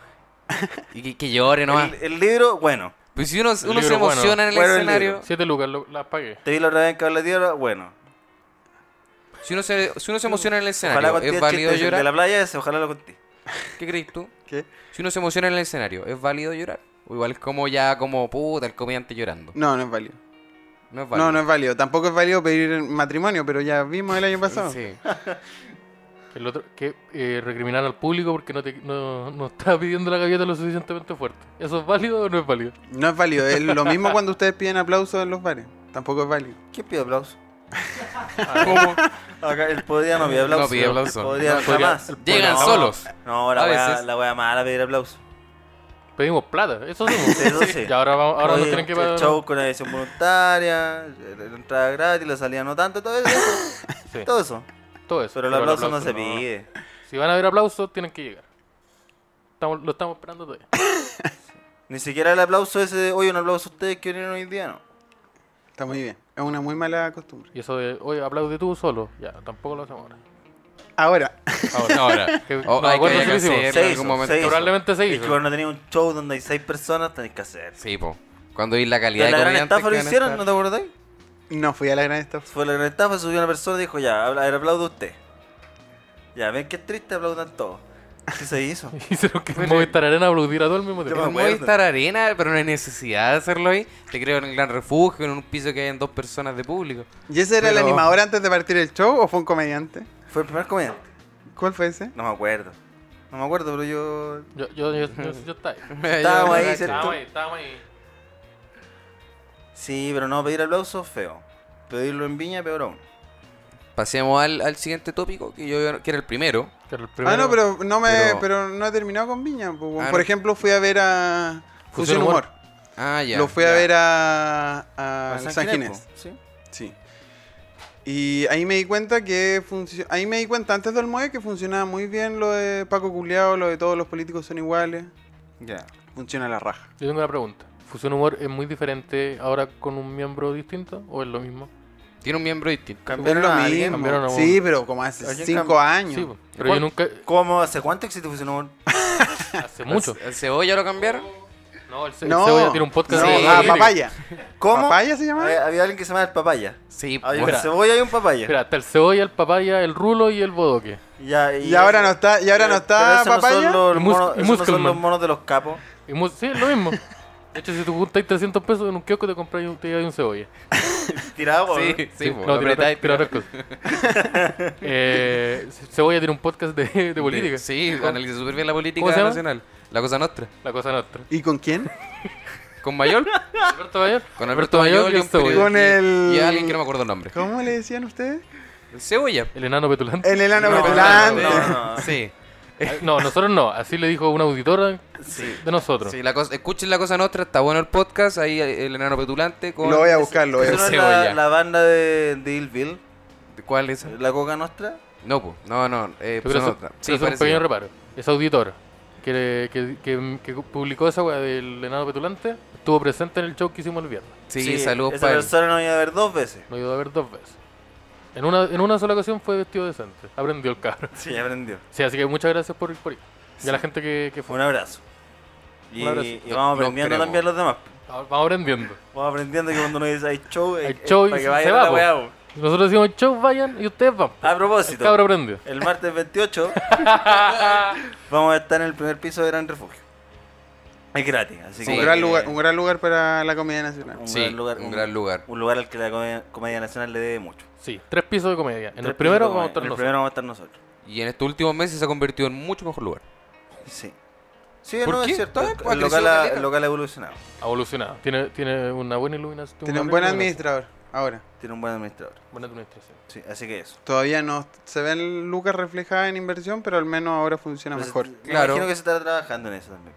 B: saludos.
D: Y que, que llore nomás.
B: El, el libro, bueno.
D: Pues si uno, uno se
C: libro, bueno.
D: emociona en el
B: Bueno, el
D: escenario.
B: libro.
C: Siete lucas, lo- las pagué.
B: Te vi la otra vez en Cable Tierra, bueno.
D: Si uno, se, si uno se emociona en el
B: Ojalá
D: escenario,
B: contigo
D: ¿es
B: el
D: válido
B: chiste de
D: llorar?
B: la playa ese, ojalá lo conté.
D: ¿Qué crees tú?
E: ¿Qué?
D: Si uno se emociona en el escenario, ¿es válido llorar? O igual es como ya, como puta, el comediante llorando.
E: No, no es válido.
D: No es válido.
E: No, no es válido. Tampoco es válido pedir matrimonio, pero ya vimos el año pasado.
D: Sí.
C: Que El otro, que eh, recriminar al público porque no, te, no, no está pidiendo la gaviota lo suficientemente fuerte. ¿Eso es válido o no es válido?
E: No es válido. Es lo mismo cuando ustedes piden aplausos en los bares. Tampoco es válido.
B: ¿Quién pide aplauso?
D: ¿Cómo?
B: Acá el podría no pide aplauso.
D: No pide aplauso.
B: Podría
D: No,
B: jamás.
D: Llegan
B: No,
D: solos.
B: No,
D: A
B: la wea,
D: veces.
B: la wea mala pedir aplauso.
C: Pedimos plata, eso hacemos.
B: Sí, eso sí.
C: Y ahora, vamos, ahora nos
B: Oye,
C: tienen que
B: el
C: pagar.
B: show con la edición voluntaria, eh, la entrada gratis, la salida no tanto, todo eso.
C: Sí,
B: todo eso.
C: todo eso.
B: Pero el aplauso no se
C: no.
B: pide.
C: Si van a haber aplausos, tienen que llegar. Estamos- lo estamos esperando todavía.
B: Ni siquiera el aplauso ese de, oye, un aplauso a ustedes que vinieron hoy día, no.
E: Está muy bien. Es una muy mala costumbre.
C: Y eso de, oye, aplaude tú solo. Ya, tampoco lo hacemos ahora.
E: Ahora,
C: Ahora.
D: Ahora.
C: Que-
D: O
C: no,
D: hay que
C: bueno, sí lo hicimos.
D: hacerlo
B: Se
D: en
B: hizo,
D: algún momento.
B: se hizo.
C: Probablemente se
B: Es que
C: hizo.
B: cuando tenéis un show donde hay seis personas, tenéis que hacer.
D: Sí, po. Cuando vi la calidad
B: En la
D: de
B: gran
D: comediantes
B: estafa lo
D: que van a
B: hicieron,
D: estar.
B: ¿no te acordáis?
E: no fui a la gran estafa.
B: Fue la gran estafa, subió una persona y dijo, ya, habla- a ver, aplaude usted. Ya, ven que es triste, aplaudan todos. Sí se hizo.
C: Hicieron que Movistar Arena aplaudir a todo el mismo
B: Yo
C: tiempo.
B: me
D: En
B: acuerdo.
D: Movistar Arena, pero no hay necesidad de hacerlo ahí. Te creo en el Gran Refugio, en un piso que hayan dos personas de público.
E: ¿Y ese era el
D: Pero-
E: animador antes de partir el show o fue un comediante?
B: Fue el primer comediante.
E: ¿Cuál fue ese?
B: No me acuerdo. No me acuerdo, pero yo...
C: Yo, yo, yo, yo, yo estaba ahí.
B: Estábamos ahí,
D: Yo-
B: ¿cierto?
C: Estábamos ahí, estábamos ahí.
B: Sí, pero no, pedir aplauso feo. Pedirlo en viña, peor aún.
D: Pasemos al, al siguiente tópico, que yo que era el primero.
C: Que el
E: Ah,
C: primero-
E: no, pero no, me,
D: Pero-
E: pero... no he terminado con Viña. po, weón.
D: Ah,
E: Por
D: no.
E: ejemplo, fui a ver a
C: Fusión
E: Fusión Humor.
D: Ah, ya.
E: Lo fui a
D: ya.
E: ver a, a
B: ¿A
E: Ah, San Ginés.
B: po? Sí.
E: Sí. Y ahí me di cuenta que funcio- ahí me di cuenta antes del MOE que funcionaba muy bien lo de Paco Culeado, lo de todos los políticos son iguales.
B: Ya.
E: Funciona la raja.
C: Yo tengo una pregunta. Fusión Humor es muy diferente ahora con un miembro distinto o es lo mismo.
D: Tiene un miembro distinto.
E: Es lo
B: a alguien,
E: mismo.
C: cambiaron a
E: Sí,
C: uno.
E: pero como hace
B: Alguien
E: cinco años.
C: Sí, po. pero
B: ¿Cuál?
C: yo nunca.
B: ¿Cómo? ¿Hace cuánto existe Fusión Humor?
C: Hace mucho.
D: ¿El cebolla lo cambiaron?
C: No, el, ce- el
E: No.
C: Cebolla tiene un podcast.
E: No,
C: de-
E: ah,
C: de-
E: papaya.
B: ¿Cómo? Eh,
E: ¿Papaya se llamaba?
B: Había, había alguien que se llamaba el papaya.
D: Sí, pues.
B: Había
D: bueno.
B: un cebolla y un papaya.
C: Mira, está el Cebolla, el Papaya, el Rulo y el Bodoque.
B: Ya,
E: Y ahora no está- y ahora no está
B: eh, pero esos
E: papaya.
B: No son los,
C: Y mus-
B: monos,
C: y
B: esos no son los
C: Muscleman.
B: monos de los capos.
C: Y mu- sí, es lo mismo. De hecho, si tú juntas 300 pesos en un kiosco, te compras un, te llevas un Cebolla.
B: Tirado,
D: Sí,
B: weón.
D: sí, po,
C: no, tira
D: pues, apretáis,
C: otra- tira otras cosas. Eh, Ce- Cebolla tiene un podcast de, de política.
D: Sí, analiza súper bien la política
C: ¿Cómo se llama?
D: nacional. La cosa nuestra.
C: La cosa nuestra.
E: ¿Y con quién?
D: Con Mayol.
C: Alberto Mayor.
D: Con Alberto Mayol y un
C: Cebolla.
E: Con el-
D: y alguien que no me acuerdo el nombre.
E: ¿Cómo le decían ustedes?
D: El cebolla.
C: El enano petulante.
E: El enano
D: No,
E: petulante.
D: no,
B: no, no.
D: Sí.
C: Ah, No, nosotros no. Así le dijo una auditora
B: Sí.
C: de nosotros.
D: Sí, la cosa, escuchen la cosa nuestra, está bueno el podcast, ahí el enano petulante con
E: Lo voy a buscar, lo voy a
D: Ese-
B: ¿Eso
E: buscar.
B: no es
D: Cebolla.
B: la, la banda de, de Ill Bill?
D: ¿Cuál es?
B: ¿La coca nostra?
D: No, po, no, no, eh,
C: Yo quiero
D: son
C: hacer-
D: otra. Sí,
C: quiero hacer un
D: parecido.
C: pequeño reparo. Esa auditora que, que, que- que publicó esa weá del enano petulante estuvo presente en el show que hicimos el viernes.
D: Sí, saludos
B: Esa
D: para él.
B: persona no iba a ver dos veces.
C: Lo ayudó a ver dos veces. En una, en una sola ocasión fue vestido decente. Aprendió el carro.
B: Sí, ya aprendió.
C: Sí, así que muchas gracias por, por ir. Y a la gente que, que fue.
B: Un abrazo. Y,
C: Un abrazo.
B: y vamos
D: No- no
B: aprendiendo
D: creo.
B: también los demás.
C: Vamos aprendiendo.
B: Vamos aprendiendo que cuando uno dice hay show, es-
C: Hay
B: es
C: show y
B: para que
C: se
B: vayan
C: va,
B: a la
C: po.
B: weá, po.
C: Nosotros decimos show, vayan y ustedes van.
B: A
C: El
B: propósito,
C: cabro aprendió.
B: el martes 28 vamos a estar en el primer piso de Gran Refugio. Es gratis, así
D: Sí.
B: que...
E: Un, gran lugar, un gran lugar para la comida nacional.
B: un
D: Sí,
B: gran lugar,
D: un gran lugar.
B: Un lugar al que la comedia, comedia nacional le debe mucho.
C: Sí, tres pisos de comedia. En
B: Tres
C: el primero
B: pisos de
C: vamos a estar
B: comedia. En el primero
C: nosotros.
B: vamos a estar nosotros.
D: Y en estos últimos meses se ha convertido en mucho mejor lugar.
B: Sí. Sí,
D: ¿Por
B: no,
D: qué?
B: es cierto.
D: Está bien, pues,
B: El
D: ha
B: local,
D: crecido
B: ha,
D: caleta.
B: el local ha evolucionado.
C: Ha evolucionado. Tiene, tiene una buena iluminación.
E: Tiene un
C: una
E: buen
C: buena
E: administrador. Ahora,
B: Tiene un buen administrador.
C: iluminación, Buena administración.
B: Sí, así que eso.
E: todavía no se ven lucas reflejadas en inversión, pero al menos ahora funciona
B: Pues,
E: mejor.
B: Me
D: Claro.
B: imagino que se está trabajando en eso también.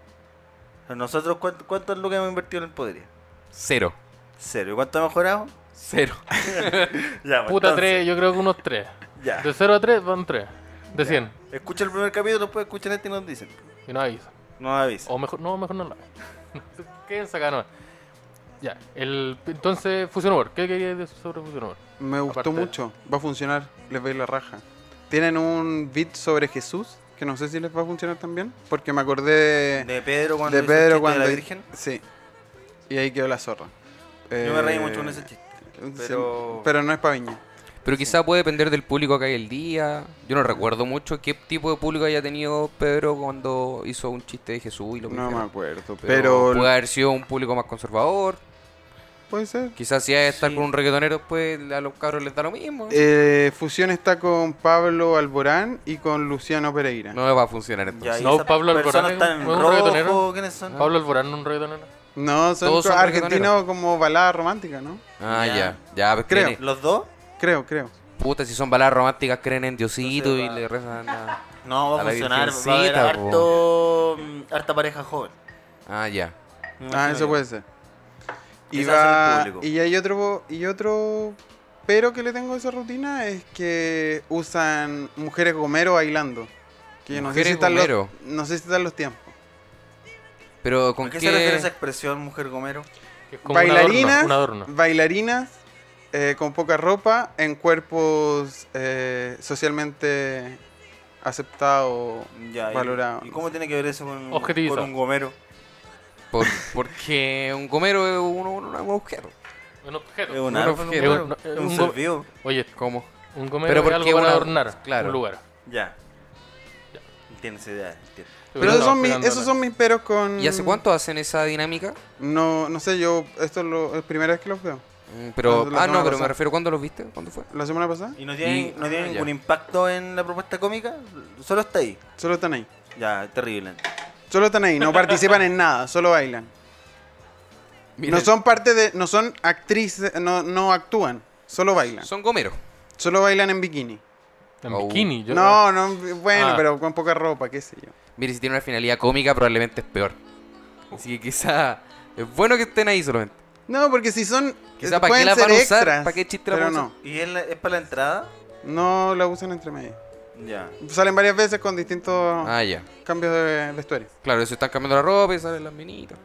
B: Nosotros, ¿cuánto, ¿cuánto es lo que hemos invertido en el podería?
D: Cero.
B: Cero. ¿Y cuánto ha mejorado?
D: Cero.
B: Ya, pues,
C: Puta
B: entonces,
C: tres, yo creo que unos tres.
B: Ya.
C: De 0 a 3 van 3. De 100.
B: Escucha el primer capítulo, después escuchan este y nos dicen.
C: Y no avisa.
B: No avisa.
C: O mejor, no, mejor no la Quédense acá nomás. Ya. El, entonces, Fusion Over. ¿Qué querías decir sobre Fusion Over?
E: Me gustó
C: Aparte-
E: mucho. Va a funcionar. Les va a ir la raja. Tienen un beat sobre Jesús, que no sé si les va a funcionar también, porque me acordé de,
B: De Pedro cuando hizo el chiste
E: Pedro
B: de
E: cuando...
B: la Virgen.
E: Sí. Y ahí quedó la zorra.
B: Yo me reí mucho con ese
E: Eh,
B: chiste.
E: sí,
B: pero-
E: pero no es pa' viña.
D: Pero quizá puede depender del público que hay el día. Yo no recuerdo mucho qué tipo de público haya tenido Pedro cuando hizo un chiste de Jesús y lo que
E: No me
D: hicieron.
E: acuerdo,
D: Pero
E: pero,
D: puede haber sido un público más conservador.
E: puede ser.
D: Quizás si hay que estar
B: Sí.
D: con un reggaetonero, pues a los cabros les da lo mismo.
E: Eh, Fusión está con Pablo Alborán y con Luciano Pereira.
D: No va a funcionar entonces.
B: Ya, y
C: No,
B: esas
C: Pablo Alborán
B: personas
C: es
B: están en
C: un reggaetonero.
B: rojo. ¿Quiénes son?
C: Pablo Alborán, un reggaetonero.
E: No, son,
D: Todos
E: co-
D: son
E: argentinos
D: reggaetoneros.
E: como balada romántica, ¿no?
D: Ah,
B: Ya.
D: ya. Ya, pues,
E: Creo.
D: creen-
B: ¿Los dos?
E: Creo, creo.
D: puta, si son baladas románticas, creen en Diosito
B: Entonces
D: y
B: va-
D: le rezan a...
B: No, va
D: A
B: a
D: la
B: funcionar. Va a haber
D: virgencita,
B: harto, mm, harta pareja joven.
D: Ah, ya.
B: Me
E: Ah,
B: imagino
E: eso
B: yo.
E: puede ser. Y,
B: Ese va a
E: va-
B: ser el público.
E: y hay otro y otro pero que le tengo a esa rutina es que usan mujeres gomero bailando. Que yo no sé si
D: Mujeres
E: están los,
D: gomero.
E: no sé si están los tiempos.
D: Pero
B: ¿A
D: con
B: qué,
D: qué...
B: se refiere esa expresión, mujer gomero?
C: Que es como un adorno,
E: Bailarinas,
C: Un adorno.
E: bailarinas eh, con poca ropa en cuerpos eh, socialmente aceptados.
B: Ya, y-
E: Valorado.
B: ¿Y, cómo tiene que ver eso con,
C: Objetivizado.
B: con un gomero?
D: Por- porque un gomero es un, un- un agujero.
C: Un objeto.
B: Es un
D: Un
B: árbol, un
D: objeto.
B: gomero,
C: No, eh,
B: es
C: un
B: un
C: go-
B: ser vivo.
C: Oye,
D: ¿Cómo?
C: un gomero
D: Pero
C: es
D: porque
C: algo para
D: una-
C: adornar.
D: claro.
C: Un lugar.
B: Ya. Tienes idea. entiendo.
E: Pero esos son, mis, esos son mis peros con...
D: ¿Y
B: Mm.
D: hace cuánto hacen esa dinámica?
E: No, no sé, yo... Esto es lo- es la primera vez que los veo.
D: Mm, Pero, ah,
E: La semana
D: no, pero
E: pasada.
D: me refiero, ¿cuándo los viste? ¿Cuándo fue?
E: ¿La semana pasada?
B: ¿Y no tiene,
D: Y-
B: no tiene
D: ah, ya.
B: ningún impacto en la propuesta cómica? Solo está ahí.
E: Solo están ahí.
B: Ya, terrible.
E: Solo están ahí, no participan en nada, solo bailan.
D: Miren,
E: No son parte de. No son actrices, no, no actúan, solo bailan.
D: son gomeros.
E: Solo bailan en bikini.
C: En
D: Oh.
C: bikini. Yo,
E: No, no, bueno,
C: Ah.
E: pero con poca ropa, qué sé yo.
D: Mire, si tiene una finalidad cómica, probablemente es peor.
B: Uh.
D: Así que quizá... Es bueno que estén ahí solamente.
E: No, porque si son.
D: Quizá, ¿para
E: eh,
D: qué
E: pueden
D: la van
E: ser
D: a usar?
E: extras,
D: ¿Para qué chiste la
E: pero
D: van a
E: no,
D: usar?
B: ¿Y es, la- es para la entrada?
E: no la usan entre medio.
B: Ya.
E: Salen varias veces con distintos
D: Ah, ya.
E: cambios de vestuario.
D: Claro, se están cambiando la ropa y salen las minitas.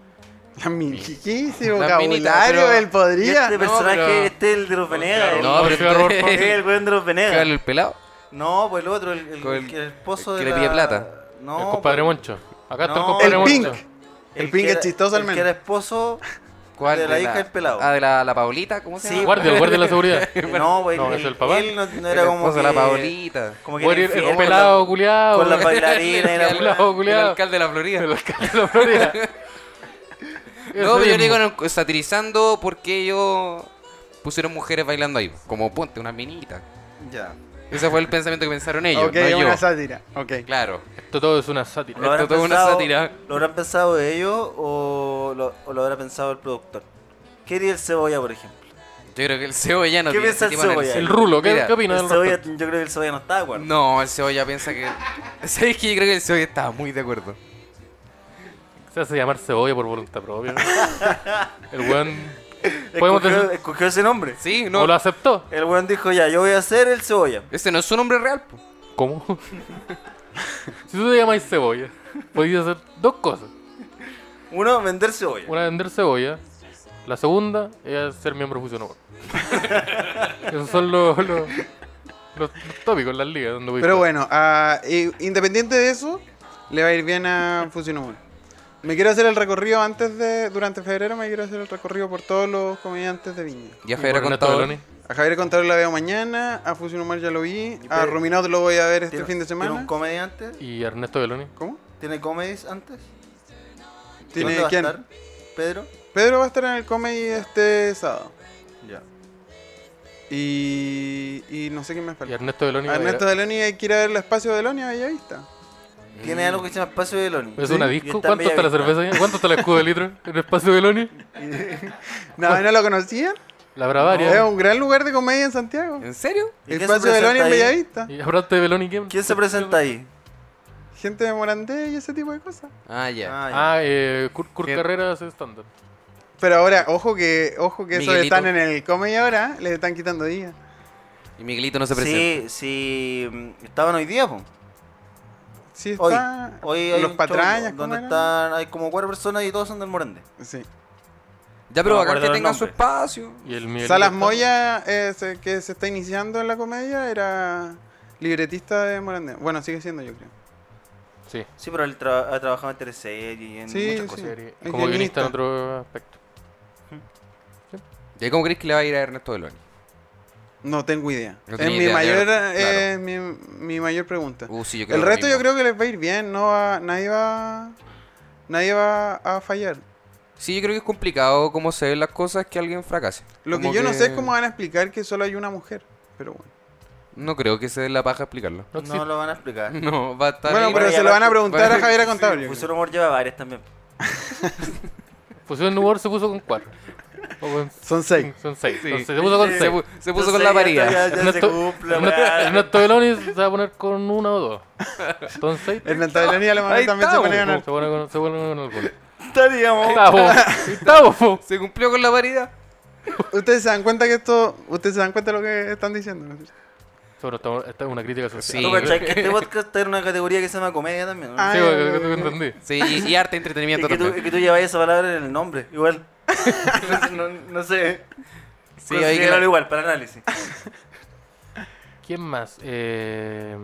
E: La mini. ¿Qué ese
D: La
E: vocabulario?
D: minita, pero-
E: Él podría.
B: Este personaje,
D: pero-
B: este es el de los Venegas. el-
D: No, pero-
C: Garror,
B: ¿por qué el weón de los Venegas?
D: Cagale el pelado.
B: No, pues el otro, el, el,
D: Con el-
B: el que- el esposo
D: el
B: de
D: que le pide
B: la-
D: plata.
B: No,
C: el compadre
B: pues,
C: Moncho. Acá está
B: No,
C: el compadre
E: el
C: Moncho.
E: Pink. El Pink
B: que
E: es
B: era-
E: chistoso al
B: El que
E: menos.
B: era esposo.
D: ¿Cuál?
B: De la hija del pelado.
D: Ah, de la, la Paulita, ¿cómo se
B: Sí,
D: llama?
C: Guardia, el guardia de la seguridad.
B: no, pues,
C: No,
B: el-
C: es el papá.
B: Él no, no
D: El
B: era como
D: esposo
B: que,
D: de la Paulita.
B: como que
C: Puede ir
B: era infiel
C: el
B: con la-
C: pelado culiado.
B: con la
C: el
B: bailarina y la
D: El
B: weá.
C: pelado
D: El
C: culiado.
D: alcalde de la Florida.
C: El alcalde de la Florida.
D: No, pero
C: mismo.
D: yo digo no, satirizando porque ellos pusieron mujeres bailando ahí. Como ponte, una minita.
B: Ya.
D: Ese fue el pensamiento que pensaron ellos.
E: Ok,
D: no yo.
E: una sátira. Ok.
D: Claro.
C: Esto todo es una sátira.
B: ¿Lo habrán,
D: todo es una
B: pensado,
D: sátira.
B: ¿Lo habrán pensado ellos o lo, o lo habrá pensado el productor? ¿Qué haría el cebolla, por ejemplo?
D: Yo creo que el cebolla no
B: ¿Qué
D: tiene
B: piensa
D: ese
B: el
D: tipo de
B: cebolla?
D: análisis.
C: El rulo, ¿qué,
D: Mira,
C: qué opinas
B: el
C: del
B: cebolla,
C: rulo?
B: yo creo que el cebolla no está, weón.
D: No, el cebolla piensa que. ¿Sabes qué? Yo creo que el cebolla estaba muy de acuerdo.
C: Se hace llamar cebolla por voluntad propia. ¿no? El weón. Podemos
B: Escogió,
C: decir-
B: escogió ese nombre.
D: Sí,
C: ¿O
D: no.
C: lo aceptó?
B: El weón dijo, ya, yo voy a hacer el cebolla.
D: Ese no es su nombre real. po.
C: ¿Cómo? si tú te llamas cebolla, podías hacer dos cosas.
B: Uno, vender cebolla.
C: Una, vender cebolla. La segunda es ser miembro fusionado. Esos son los, los, los tópicos en las ligas. Donde voy
E: Pero
C: a-
E: bueno, ah, eh, independiente de eso, le va a ir bien a Fusion One. Me quiero hacer el recorrido antes de. Durante febrero me quiero hacer el recorrido por todos los comediantes de Viña.
C: ¿Y
D: Ya Javier ha
C: por Ernesto
D: contado.
C: Belloni?
E: A Javier Contreras la veo mañana, a Fusion Humor ya lo vi,
B: Y
E: a
B: Pedro-
E: Ruminot lo voy a ver este
B: ¿Tiene-
E: fin de
B: ¿Tiene
E: semana.
B: un comedy antes?
C: ¿Y Ernesto Beloni?
E: ¿Cómo?
B: ¿Tiene comedies antes?
E: ¿Tiene
B: ¿Dónde va a
E: quién?
B: estar? ¿Pedro?
E: Pedro va a estar en el comedy este sábado.
B: Ya.
E: Y, y no sé quién me
C: Y
E: falta.
C: Ernesto Beloni.
E: A Ernesto
C: era-
E: Deloni hay que ir a ver el espacio de Deloni a Bellavista.
B: Tiene algo que se llama Espacio de Loni.
C: Mm. ¿Es una
B: Y
C: disco?
B: está
C: ¿Cuánto
B: en
C: está la
B: Bellavista.
C: cerveza? ahí? ¿Cuánto está el escudo de litro? ¿En espacio Beloni?
E: No, ¿no lo conocían?
C: La
E: Es
C: bravaria.
E: un gran lugar de comedia en Santiago.
D: ¿En serio?
B: ¿Y
E: El
B: quién se
E: espacio de
B: presenta
E: Deloni en
B: ahí?
E: Bellavista.
C: ¿Y hablaste de Beloni quién?
B: ¿Quién se presenta ahí?
E: Gente de Morandé y ese tipo de cosas.
D: Ah, ya.
B: Ah,
C: Ah, eh, Kurt, Kurt
D: ¿Quién?
C: Carreras es estándar.
E: Pero ahora, ojo que, ojo que esos
D: Miguelito.
E: están en el comedy ahora, les están quitando días.
D: Y Miguelito no
B: ya.
D: se presenta.
B: Sí, sí. mm, Estaban hoy día, po.
E: Sí,
B: Hoy.
E: está.
B: Hoy hay
E: los
B: un
E: patrañas,
B: show
E: ¿cómo
B: Donde
E: era?
B: están, hay como cuatro personas y todos son del Morande.
E: Sí.
D: Ya,
B: No
D: pero
B: me
D: acá
B: acuerdo
D: que
B: los
D: tenga su
B: nombres.
D: espacio.
C: Y el Miguelito
E: Salas
C: está-
E: Moya, eh, se- que se está iniciando en la comedia, era libretista de Morandé. Bueno, sigue siendo, yo creo.
C: Sí.
B: Sí, pero él tra- ha trabajado en teleseries y en
E: Sí,
B: muchas
E: sí.
B: cosas.
C: serie.
E: es
C: Como guionista
E: guionista.
C: en otro aspecto.
D: ¿Y ahí cómo crees que le va a ir a Ernesto Deloni?
E: No tengo idea.
D: No
E: es
D: tenía
E: mi
D: idea,
E: mayor,
D: claro.
E: es mi, mi mayor pregunta.
D: Uh, sí, yo creo
E: el
D: lo
E: resto yo
D: mismo.
E: creo que les va a ir bien, no va, nadie va, nadie va a fallar.
D: Sí, yo creo que es complicado cómo se ven las cosas que alguien fracase.
E: Lo
D: Como
E: que yo no sé es cómo van a explicar que solo hay una mujer, pero bueno.
D: No creo que se dé la paja explicarlo.
C: No
B: No
C: existe.
B: lo van a explicar.
D: No, va a estar.
E: Bueno,
B: bueno,
D: ahí,
E: pero
B: pues, ya
E: se lo
B: la-
E: van a preguntar
D: bueno,
E: a Javiera
D: sí,
E: Contable.
B: Fusión Humor lleva varias también.
C: Fusión Humor Pues se puso con cuatro. O con-
E: Son seis.
C: Son seis.
D: Sí.
C: Entonces, se puso con
B: Sí.
D: se,
C: seis.
D: pu- se puso con la varilla.
B: Ya, ya se
C: Ernesto-
B: cumple,
C: Ernesto-
B: weá.
C: Ernesto Beloni se va a poner con una o dos. Son seis.
E: En la tablería
D: Ahí
E: alemana también se
D: estamos,
E: pone a ganar.
C: Se pone con, se pone con alguno.
B: Estaríamos.
C: Estamos. Estamos, po.
D: Se cumplió con la variedad.
E: Ustedes se dan cuenta que esto, ustedes se dan cuenta de lo que están diciendo. ¿no?
C: Sobre todo, esta es una crítica social.
D: Sí.
B: ¿Tú cachai que este podcast está en una categoría que se llama comedia también? ¿no?
E: Ah,
C: Sí, porque que, que entendí.
D: Sí, y, y arte,
B: Y
D: entretenimiento
B: que, tú,
D: también.
B: y que tú llevas esa palabra en el nombre, igual. no, no sé.
D: Sí, hay que-
B: igual, para análisis.
C: ¿Quién más? Eh,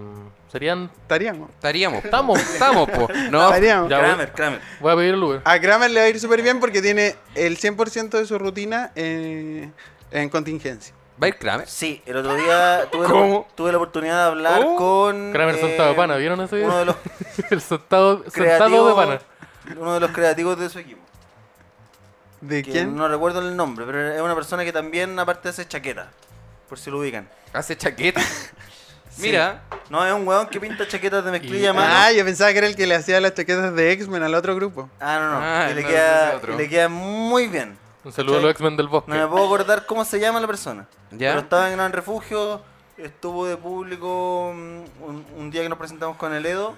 C: serían.
E: Estaríamos.
D: Estaríamos.
C: Estamos.
D: Estamos, po. No,
E: Estaríamos.
C: Ya,
B: Kramer, Kramer.
C: Voy a pedir el Uber.
E: A Kramer le va a ir súper bien porque tiene el 100% de su rutina en, en contingencia.
D: va a ir Kramer.
B: Sí, el otro día tuve,
D: ¿Cómo?
B: La, tuve la oportunidad de hablar
D: Oh.
B: con. eh,
C: Kramer sentado de pana, ¿vieron ese video?
B: Uno de los
C: el sentado, sentado de
B: creativos.
C: pana.
B: Uno de los creativos de su equipo.
E: ¿De
B: Que
E: quién?
B: No recuerdo el nombre, pero es una persona que también, aparte, hace chaqueta. Por si lo ubican.
D: Hace chaqueta. Mira,
B: No, es un weón que pinta chaquetas de
C: Y-
B: mezclilla a mano.
E: Ah, yo pensaba que era el que le hacía las chaquetas de X-Men al otro grupo.
B: Ah, no, no.
D: Ah,
B: y le,
D: no, ese es
B: queda,
D: otro.
B: y le queda muy bien.
C: Un saludo a
B: Sí.
C: los X-Men del bosque.
B: No me puedo acordar cómo se llama la persona.
D: Ya.
B: Pero estaba en Gran Refugio, estuvo de público mm, un, un día que nos presentamos con el Edo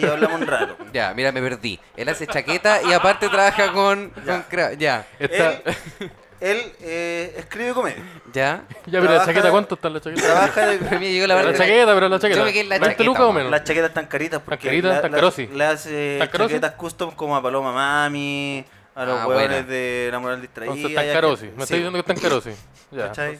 B: y hablamos un rato.
D: ya, mira, me perdí. Él hace chaqueta y aparte trabaja con, con
B: Ya.
D: Kramer. Ya,
C: Está-
B: Él, él, eh, escribe comedia.
D: ya.
C: ya, mira, la
B: trabaja-
C: chaqueta, ¿cuánto está la chaqueta?
B: Trabaja
D: Pero
B: de...
D: mira, llegó la
C: La
D: parte-
C: chaqueta, pero la chaqueta.
D: Yo me quedé en la
C: 20
D: chaqueta,
C: lucas o
D: weón.
C: menos.
B: Las chaquetas tan caritas porque
C: Tan caritas,
B: la-
C: tan
B: la-
C: carosi.
B: le hace
C: ¿Tan carosi?
B: chaquetas custom como a Paloma Mami, a los
D: Ah,
B: hueones
D: buena.
B: de la moral distraída.
C: Entonces están
B: ya
C: carosi.
B: que-
C: Me
B: sí,
C: estoy diciendo que están carosi. Ya.
B: ¿cachai?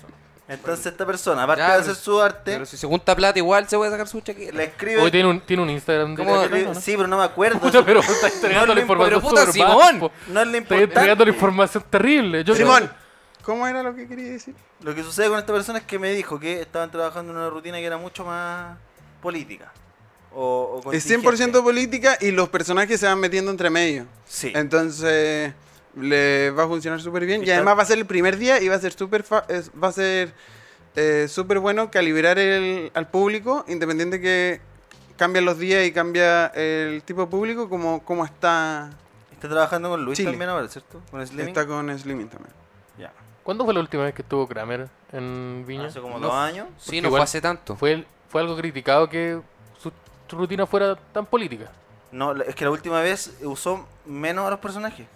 B: Entonces esta persona, aparte
D: Ya,
B: de
D: pero-
B: hacer su arte,
D: Pero si se junta plata igual se puede sacar su chaqueta.
B: le escribe...
C: Hoy tiene un, tiene un Instagram. de-
D: ¿Cómo?
C: ¿no? ¿no?
B: Sí, pero no me acuerdo.
C: Puta, pero está entregando la
B: le importa,
C: información.
D: pero puta,
C: súper mal,
D: Simón.
C: po.
B: No es lo
C: Estoy entregando la
B: importante.
C: información terrible. Yo
E: Simón, ¿cómo era lo que quería decir?
B: Lo que sucede con esta persona es que me dijo que estaban trabajando en una rutina que era mucho más política. O, o
E: Es
B: contingente.
E: 100% política y los personajes se van metiendo entre medio.
B: Sí.
E: Entonces le va a funcionar súper bien.
B: Y
E: Y
B: está-
E: además va a ser el primer día y va a ser súper fa- es- va a ser eh, súper bueno calibrar el, al público, independiente que cambian los días y cambia el tipo de público, como, como está,
B: Está trabajando con Luis
E: Chile.
B: también ahora, ¿cierto? Con Slimming.
E: está con Slimming también.
B: Ya.
C: ¿Cuándo fue la última vez que estuvo Kramer en Viña?
B: Hace como
D: No.
B: dos años.
D: Sí,
C: Porque
D: no fue
C: igual-
D: hace tanto.
C: Fue, el- fue algo criticado que su, su rutina fuera tan política.
B: No, la- es que la última vez usó menos a los personajes.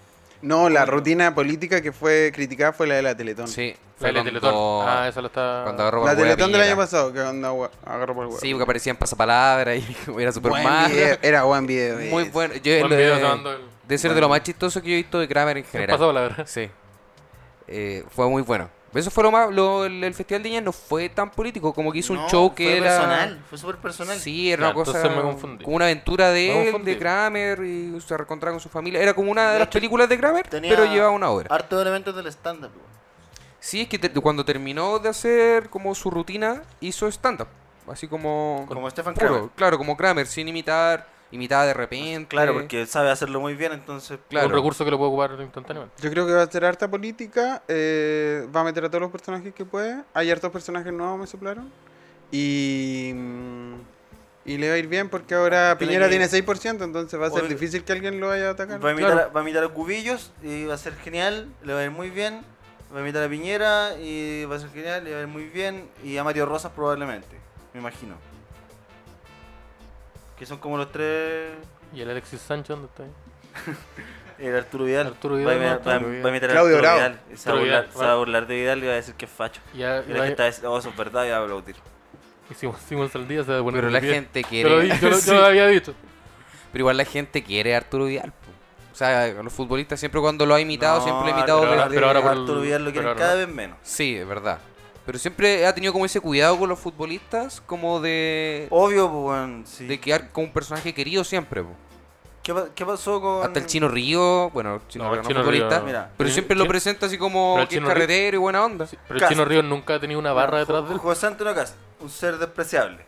E: No, la rutina política que fue criticada fue la de la Teletón.
D: Sí,
C: La
D: fue
C: de
D: cuando,
C: Teletón. Ah, esa lo está.
D: cuando agarró
E: La
D: por hueá
E: Teletón del
D: Piñera.
E: año pasado, que onda agua- agarró por el huevo.
D: Sí, porque aparecían pasapalabras y era super
E: Buen
D: mal.
E: video, era buen video.
D: Muy
E: ese.
D: bueno. Yo,
C: Buen
D: lo-
C: video
D: eh,
C: tomando el-
D: de ser de lo más chistoso que yo he visto de Kramer en
C: ¿Qué
D: general.
C: pasó, la verdad?
D: Sí. Eh, fue muy bueno. Eso fue lo más. Lo, el, el Festival de Ñas no fue tan político, como que hizo
B: No,
D: un show
B: fue
D: que era.
B: personal, fue súper personal.
D: Sí, era
C: Ya,
D: una cosa.
C: entonces me confundí.
D: Como una aventura
C: Me
D: de él,
C: confundí.
D: de Kramer, y se reencontraba con su familia. Era como una de,
B: De
D: las
B: hecho,
D: películas de Kramer,
B: Tenía
D: pero llevaba una hora.
B: Harto de elementos del stand-up. güey.
D: Sí, es que te- cuando terminó de hacer como su rutina, hizo stand-up. Así como.
B: Como Stefan
D: puro,
B: Kramer.
D: Claro, como Kramer, sin imitar, imitaba de repente.
B: Claro, porque sabe hacerlo muy bien, entonces.
D: Claro.
C: Un recurso que lo puedo ocupar instantáneamente.
E: Yo creo que va a ser harta política, eh, va a meter a todos los personajes que puede. Hay hartos personajes nuevos, me soplaron. Y, mm, y le va a ir bien porque ahora
B: Tiene
E: Piñera
B: que-
E: tiene 6%, entonces va a ser
B: Oye.
E: difícil que alguien lo vaya a atacar.
B: Va a, imitar,
C: Claro.
B: va a imitar a Cubillos y va a ser genial, le va a ir muy bien. Va a imitar a Piñera y va a ser genial, le va a ir muy bien. Y a Mario Rosas probablemente, me imagino. Que son como los tres.
C: ¿Y el Alexis Sánchez dónde está ahí?
B: El Arturo Vidal.
C: Arturo Vidal,
B: Va a, imi-
C: no, Arturo
B: va a-
C: Vidal.
B: va a imitar a
E: Claudio
B: Arturo
E: Bravo.
B: Vidal. y Se va, a
C: Arturo
B: burlar,
C: Vidal,
B: se va a burlar de Vidal y va a decir que es facho.
C: Ya,
B: Y la
C: la-
B: gente va a decir, oh, eso es verdad, y va a aplaudir.
C: y Simón, Simón Saldía se va a poner
D: Pero
C: de
D: la
C: pie.
D: gente
C: Yo lo, di-
D: quiere.
C: yo lo- yo lo había dicho.
D: Pero igual la gente quiere a Arturo Vidal. po. O sea, a los futbolistas siempre cuando lo ha imitado,
B: No,
D: siempre lo ha imitado.
B: pero
C: ahora-
D: desde-
C: pero ahora por el-
B: Arturo Vidal lo
C: pero
B: quieren
C: ahora
B: cada
C: no.
B: vez menos.
D: Sí, es verdad. Pero siempre ha tenido como ese cuidado con los futbolistas, como de.
B: Obvio, pues, weón, sí.
D: De quedar como un personaje querido siempre. po.
B: ¿Qué, pa- qué pasó con.
D: Hasta el Chino Río, bueno, el Chino
C: No,
D: Río
C: el
D: no es
C: Chino
D: futbolista,
C: Río-
B: Mira.
D: pero
C: Sí,
D: siempre lo
C: sí.
D: presenta así como
C: Pero el
D: que es
C: Chino Río-
D: carretero y buena onda.
C: Pero el
B: Cast.
C: Chino Ríos nunca ha tenido una barra detrás de él.
B: José Antonio Cast, un ser despreciable.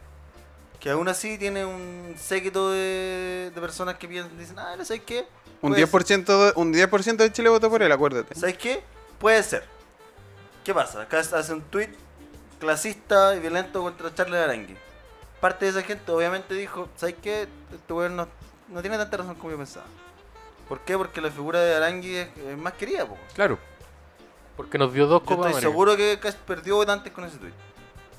B: Que aún así tiene un séquito de, de personas que piensan, dicen, ah, no sé qué.
E: Un
B: puede
E: 10%, de- un 10 de Chile votó por él, acuérdate.
B: ser". ¿Sabes qué? Puede ser. ¿Qué pasa? Cast hace un tweet clasista y violento contra Charles Arangui. Parte de esa gente obviamente dijo, ¿sabes qué? Este weón no, no tiene tanta razón como yo pensaba. ¿Por qué? Porque la figura de Arangui es, es más querida, po.
D: Claro,
C: Porque nos dio dos
B: Yo
C: copas.
B: estoy
C: América.
B: seguro que Cast perdió votantes con ese tweet.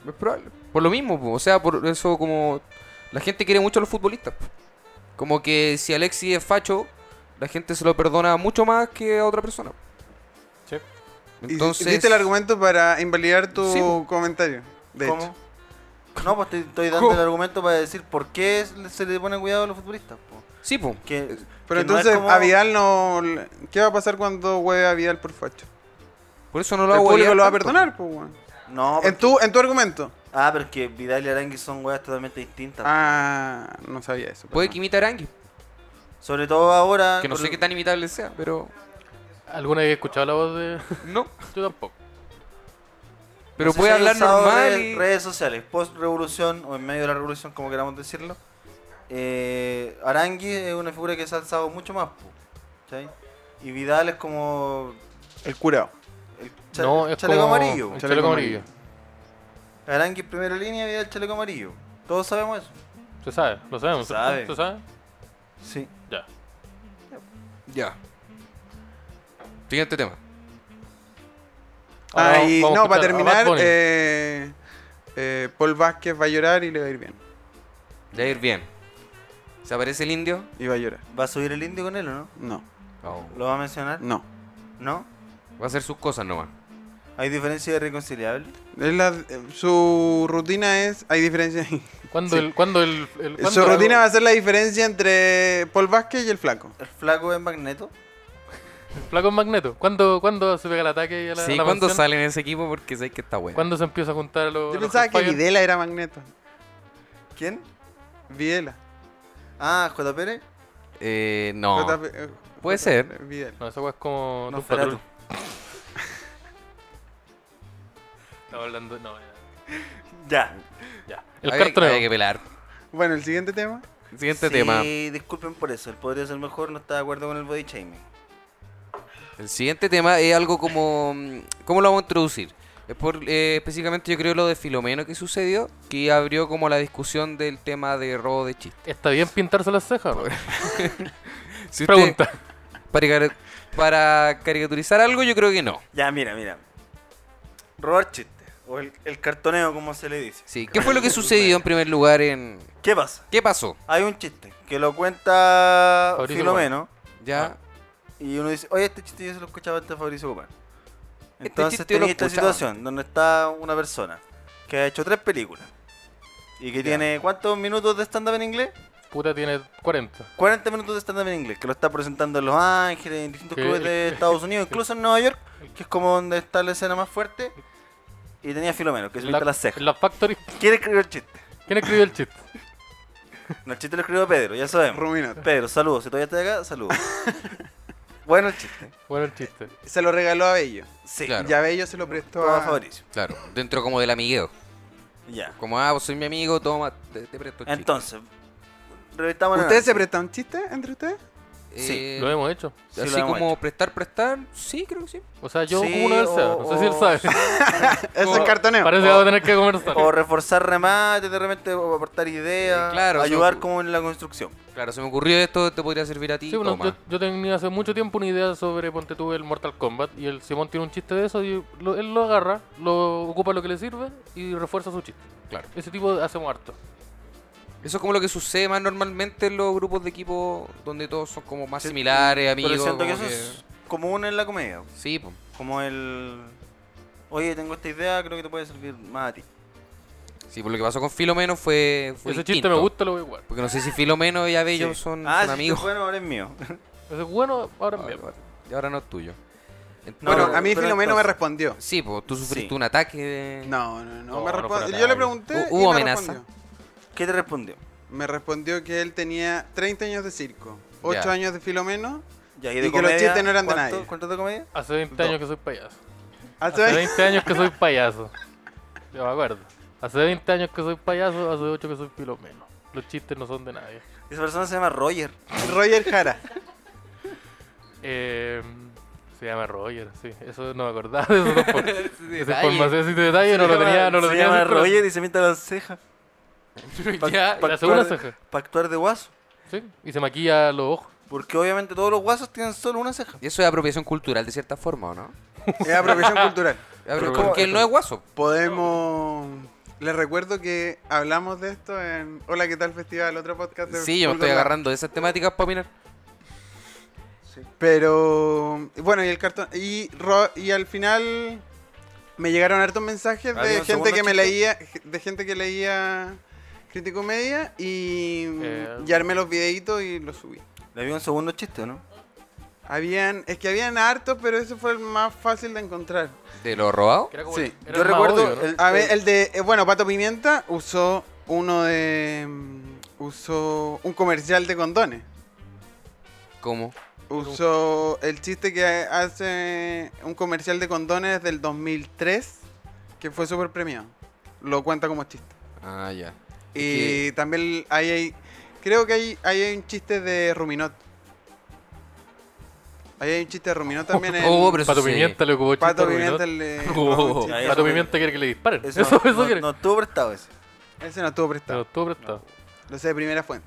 D: es probable. Por lo mismo, po, o sea, por eso como la gente quiere mucho a los futbolistas. po. Como que si Alexis es facho, la gente se lo perdona mucho más que a otra persona.
C: Sí.
E: Y-
D: Entonces,
E: y diste el argumento para invalidar tu
D: Sí, po.
E: comentario. De
B: ¿Cómo?
E: hecho.
B: No, pues te estoy dando
D: ¿Cómo?
B: el argumento para decir por qué es- se le pone cuidado a los futbolistas. po.
D: sí, po.
B: Que,
E: Pero
B: que no es
E: entonces,
B: como-
E: a Vidal no. le- ¿Qué va a pasar cuando hueve a Vidal por facho?
D: por eso no lo
E: El
D: hago.
E: público lo va a perdonar, pues, weón.
B: No,
E: En
B: porque-
E: tu, en tu argumento.
B: ah, pero es que Vidal y Arangui son weas totalmente distintas.
E: Ah, no sabía eso.
D: Puede
E: perdón.
D: que imita a Arangui,
B: Sobre todo
E: Ah,
B: ahora.
D: que no
B: con-
D: sé qué tan imitable sea, pero
C: ¿Alguna vez he escuchado la voz de.?
D: no.
C: Yo tampoco.
D: Pero
B: no sé
D: puede
B: si hay
D: hablar
B: usado
D: normal.
B: redes,
D: y-
B: redes sociales, post-revolución o en medio de la revolución, como queramos decirlo. Eh, Arangui es una figura que se ha alzado mucho más. po, ¿cachai? Y Vidal es como.
E: El curado.
B: El
C: no,
B: chale-
C: es
B: chaleco
C: como...
B: amarillo.
C: el
E: Chaleco
C: chaleco amarillo.
B: Arangui en primera línea, Vidal chaleco amarillo. Todos sabemos eso.
C: Se sabe, lo sabemos.
B: Se sabe.
C: ¿Se sabe?
B: Sí.
C: Ya.
D: Ya. Siguiente tema.
C: Ahora
E: Ah,
C: vamos-
E: y
C: vamos a
E: no, para
C: escuchar a Bad
E: terminar,
C: Bunny.
E: eh, eh, Paul Vázquez va a llorar y le va a ir bien.
D: Ya ir bien. ¿Se aparece el indio?
E: Y va a llorar.
B: ¿Va a subir el indio con él o no?
E: No,
B: ¿Lo va a mencionar?
E: no.
B: ¿No?
D: Va a hacer sus cosas nomás.
B: ¿Hay diferencia irreconciliable?
E: Es la- eh, su rutina es. Hay diferencia.
C: ¿Cuándo
E: Sí.
C: el, cuándo el, el-
E: Su
C: cuándo
E: rutina va
C: algo-
E: a ser la diferencia entre Paul Vázquez y el Flaco.
B: ¿El flaco es magneto?
C: Flaco es Magneto. ¿Cuándo, ¿Cuándo se pega el ataque y a la,
D: Sí,
C: a la
D: ¿cuándo
C: mansión?
D: salen ese equipo? Porque sé que está bueno.
C: ¿Cuándo se empieza a juntar a los.
E: Yo
C: a los
E: pensaba que
C: Hellfire?
E: Videla era Magneto.
B: ¿Quién?
E: Videla.
B: Ah, J. Pérez.
D: Eh, no.
E: J- eh,
D: Puede
E: J-
D: ser.
E: Videla.
C: No, esa weá es como.
B: No,
C: Doom
B: Feratu.
C: Patrol. Estaba hablando. No, eh. ya.
B: Ya.
C: ya. El
D: Había- había que
C: cartoneo.
D: pelar.
E: Bueno, el siguiente tema.
D: Siguiente
B: Sí,
D: tema.
B: disculpen por eso. El podría ser mejor, no está de acuerdo con el body shaming.
D: El siguiente tema es algo como... mm, ¿Cómo lo vamos a introducir? Es por, eh, específicamente yo creo lo de Filomeno que sucedió, que abrió como la discusión del tema de robo de chistes.
C: ¿Está bien pintarse las cejas? o no?
D: Si usted-
C: Pregunta.
D: para, car- para caricaturizar algo yo creo que no.
B: Ya, mira, mira. Robar chistes. O el, el cartoneo, como se le dice.
D: Sí. ¿Qué fue lo que sucedió en primer lugar en...
B: ¿Qué pasa?
D: ¿Qué pasó?
B: Hay un chiste que lo cuenta
C: Fabricio
B: Filomeno.
C: Ah.
D: Ya...
B: Y uno dice, oye, este chiste yo se lo escuchaba antes de Fabricio Copán.
D: Este
B: Entonces
D: chiste yo lo
B: tenía esta
D: escuchaba
B: situación donde está una persona que ha hecho tres películas y que tiene ¿cuántos minutos de stand-up en inglés?
C: Puta tiene 40.
B: 40 minutos de stand-up en inglés, que lo está presentando en Los Ángeles, en distintos
C: Que-
B: clubes de Estados Unidos, incluso en Nueva York, que es como donde está la escena más fuerte. Y tenía Filomeno, que se pinta las cejas.
C: la Factory.
B: ¿Quiere escribir el chiste?
C: ¿Quién escribió el chiste?
B: No, el chiste lo escribió Pedro, ya sabemos.
E: Ruminato.
B: Pedro, saludos. Si todavía estás acá, saludos. bueno el chiste.
C: Bueno, el chiste.
E: Se lo regaló a Bello.
B: Sí,
D: Claro.
E: Ya Bello se lo prestó
B: todo a
E: a...
B: Fabricio.
D: Claro, dentro como del amigueo.
B: Ya.
D: Como, ah, vos soy mi amigo, toma, te, te presto el chiste.
B: Entonces, reventamos el
E: ¿Ustedes se
B: análisis.
E: prestan chistes entre ustedes?
D: Eh,
C: Lo hemos hecho.
B: Sí,
D: así
B: lo hemos
D: como
B: hecho.
D: prestar, prestar, sí, creo que sí.
C: O sea, yo
B: Sí,
C: como uno del
B: o-
C: SEA. No sé si él
B: o-
C: sabe.
E: Eso es cartoneo.
C: Parece que va a tener que conversar.
B: O reforzar remates, de repente o aportar ideas,
D: Eh, claro,
B: ayudar
D: eso-
B: como en la construcción.
D: Claro, se me ocurrió esto, te podría servir a ti.
C: Sí, bueno,
D: toma.
C: yo, yo tenía hace mucho tiempo una idea sobre Ponte tú el Mortal Kombat y el Simón tiene un chiste de eso y lo- él lo agarra, lo ocupa lo que le sirve y refuerza su chiste.
D: Claro.
C: Ese tipo hacemos harto.
D: Eso es como lo que sucede más normalmente en los grupos de equipo donde todos son como más
B: Sí,
D: similares, amigos.
B: Pero siento que eso
D: como
B: es común en la comedia.
D: que- Sí, po.
B: Como el... Oye, tengo esta idea, creo que te puede servir más a ti.
D: sí, por lo que pasó con Filomeno fue, fue
C: Ese chiste
D: distinto.
C: me gusta, lo voy a guardar.
D: Porque no sé si Filomeno y Abello
B: Sí.
D: son,
B: ah,
D: son
B: sí,
D: amigos.
B: Bueno, ahora es mío.
C: Ese es bueno, ahora
D: Ah,
C: me
D: vale. Y ahora no es tuyo. Ent-
B: No,
E: bueno,
B: no,
E: a mí
B: pero
E: Filomeno me
B: entonces-
E: respondió.
D: Sí, pues tú sufriste
B: Sí.
D: un ataque de...
E: No, no, no.
C: No,
E: me
C: no
E: respon-
C: fue nada.
E: Yo le pregunté.
D: Hu-
E: y
D: hubo
E: me
D: amenaza.
E: respondió.
B: ¿Qué te respondió?
E: Me respondió que él tenía 30 años de circo, 8
D: Ya.
E: años de Filomeno.
B: Ya, y
E: Y
B: de
E: que los
B: comedia,
E: chistes no eran de
B: ¿cuánto-
E: nadie.
B: ¿Cuánto de comedia?
C: Hace 20 años que soy payaso.
E: Hace
C: Hace 20 años que soy payaso. Yo me acuerdo. Hace 20 años que soy payaso, hace 8 que soy pilomeno. Los chistes no son de nadie.
B: Esa persona se llama Roger.
E: Roger Jara.
C: Eh, se llama Roger, sí. Eso no me acordaba de eso tampoco. Esa
D: detalle.
C: información, ese detalle no lo tenía, no lo
B: se
C: tenía.
B: llama
C: así, pero-
B: Roger y se pinta las cejas.
D: Ya,
C: pa-
B: Para
C: hace una
B: actuar, de-
C: ceja.
B: pa' actuar de guaso.
C: Sí, y se maquilla los ojos.
B: Porque obviamente todos los guasos tienen solo una ceja.
D: Y eso es apropiación cultural de cierta forma, ¿o no?
E: Es apropiación cultural.
D: Apro-
C: ¿cómo-
D: Porque él no es guaso.
E: Podemos. Les recuerdo que hablamos de esto en Hola, ¿qué tal Festival? Otro podcast de
D: Sí, yo me
E: Fulgor
D: estoy
E: Lab.
D: agarrando de esas temáticas para opinar.
E: Pero. Bueno, y el cartón. Y, ro- y al final. Me llegaron hartos mensajes
B: ¿Había
E: de
B: un
E: gente que
B: segundo
E: me
B: chiste?
E: leía. De gente que leía. Crítico Media. Y.
C: Eh.
E: Y armé los videitos y los subí.
B: Le había un segundo chiste, ¿o no?
E: Habían. Es que habían hartos, pero ese fue el más fácil de encontrar.
D: ¿De lo robado?
C: Que era como
E: Sí,
C: el- Ah,
B: Yo
C: era el más
B: recuerdo
C: odio, ¿no?
B: el-
E: A ver,
B: el-
E: el de. eh, Bueno, Pato Pimienta usó uno de. mm, Usó un comercial de condones.
D: ¿Cómo?
E: Usó el chiste que hace un comercial de condones del 2003, que fue súper premiado. Lo cuenta como chiste.
D: Ah, ya.
E: Y también ahí hay. Creo que hay, ahí hay un chiste de Ruminot. Ahí hay un chiste de Ruminot también. en
D: Oh, pero eso
C: Pato
D: sí.
C: Pimienta le ocupó chiste
E: Pato
C: a Rubinot.
E: Pimienta le-
D: Oh.
E: Sí,
B: Ahí
C: Pato
B: eso-
C: Pimienta quiere que le disparen. Eso,
B: Eso,
C: eso,
B: no,
C: quiere.
B: no estuvo prestado ese.
E: Ese no estuvo prestado.
C: Pero estuvo prestado.
E: Lo sé de primera fuente.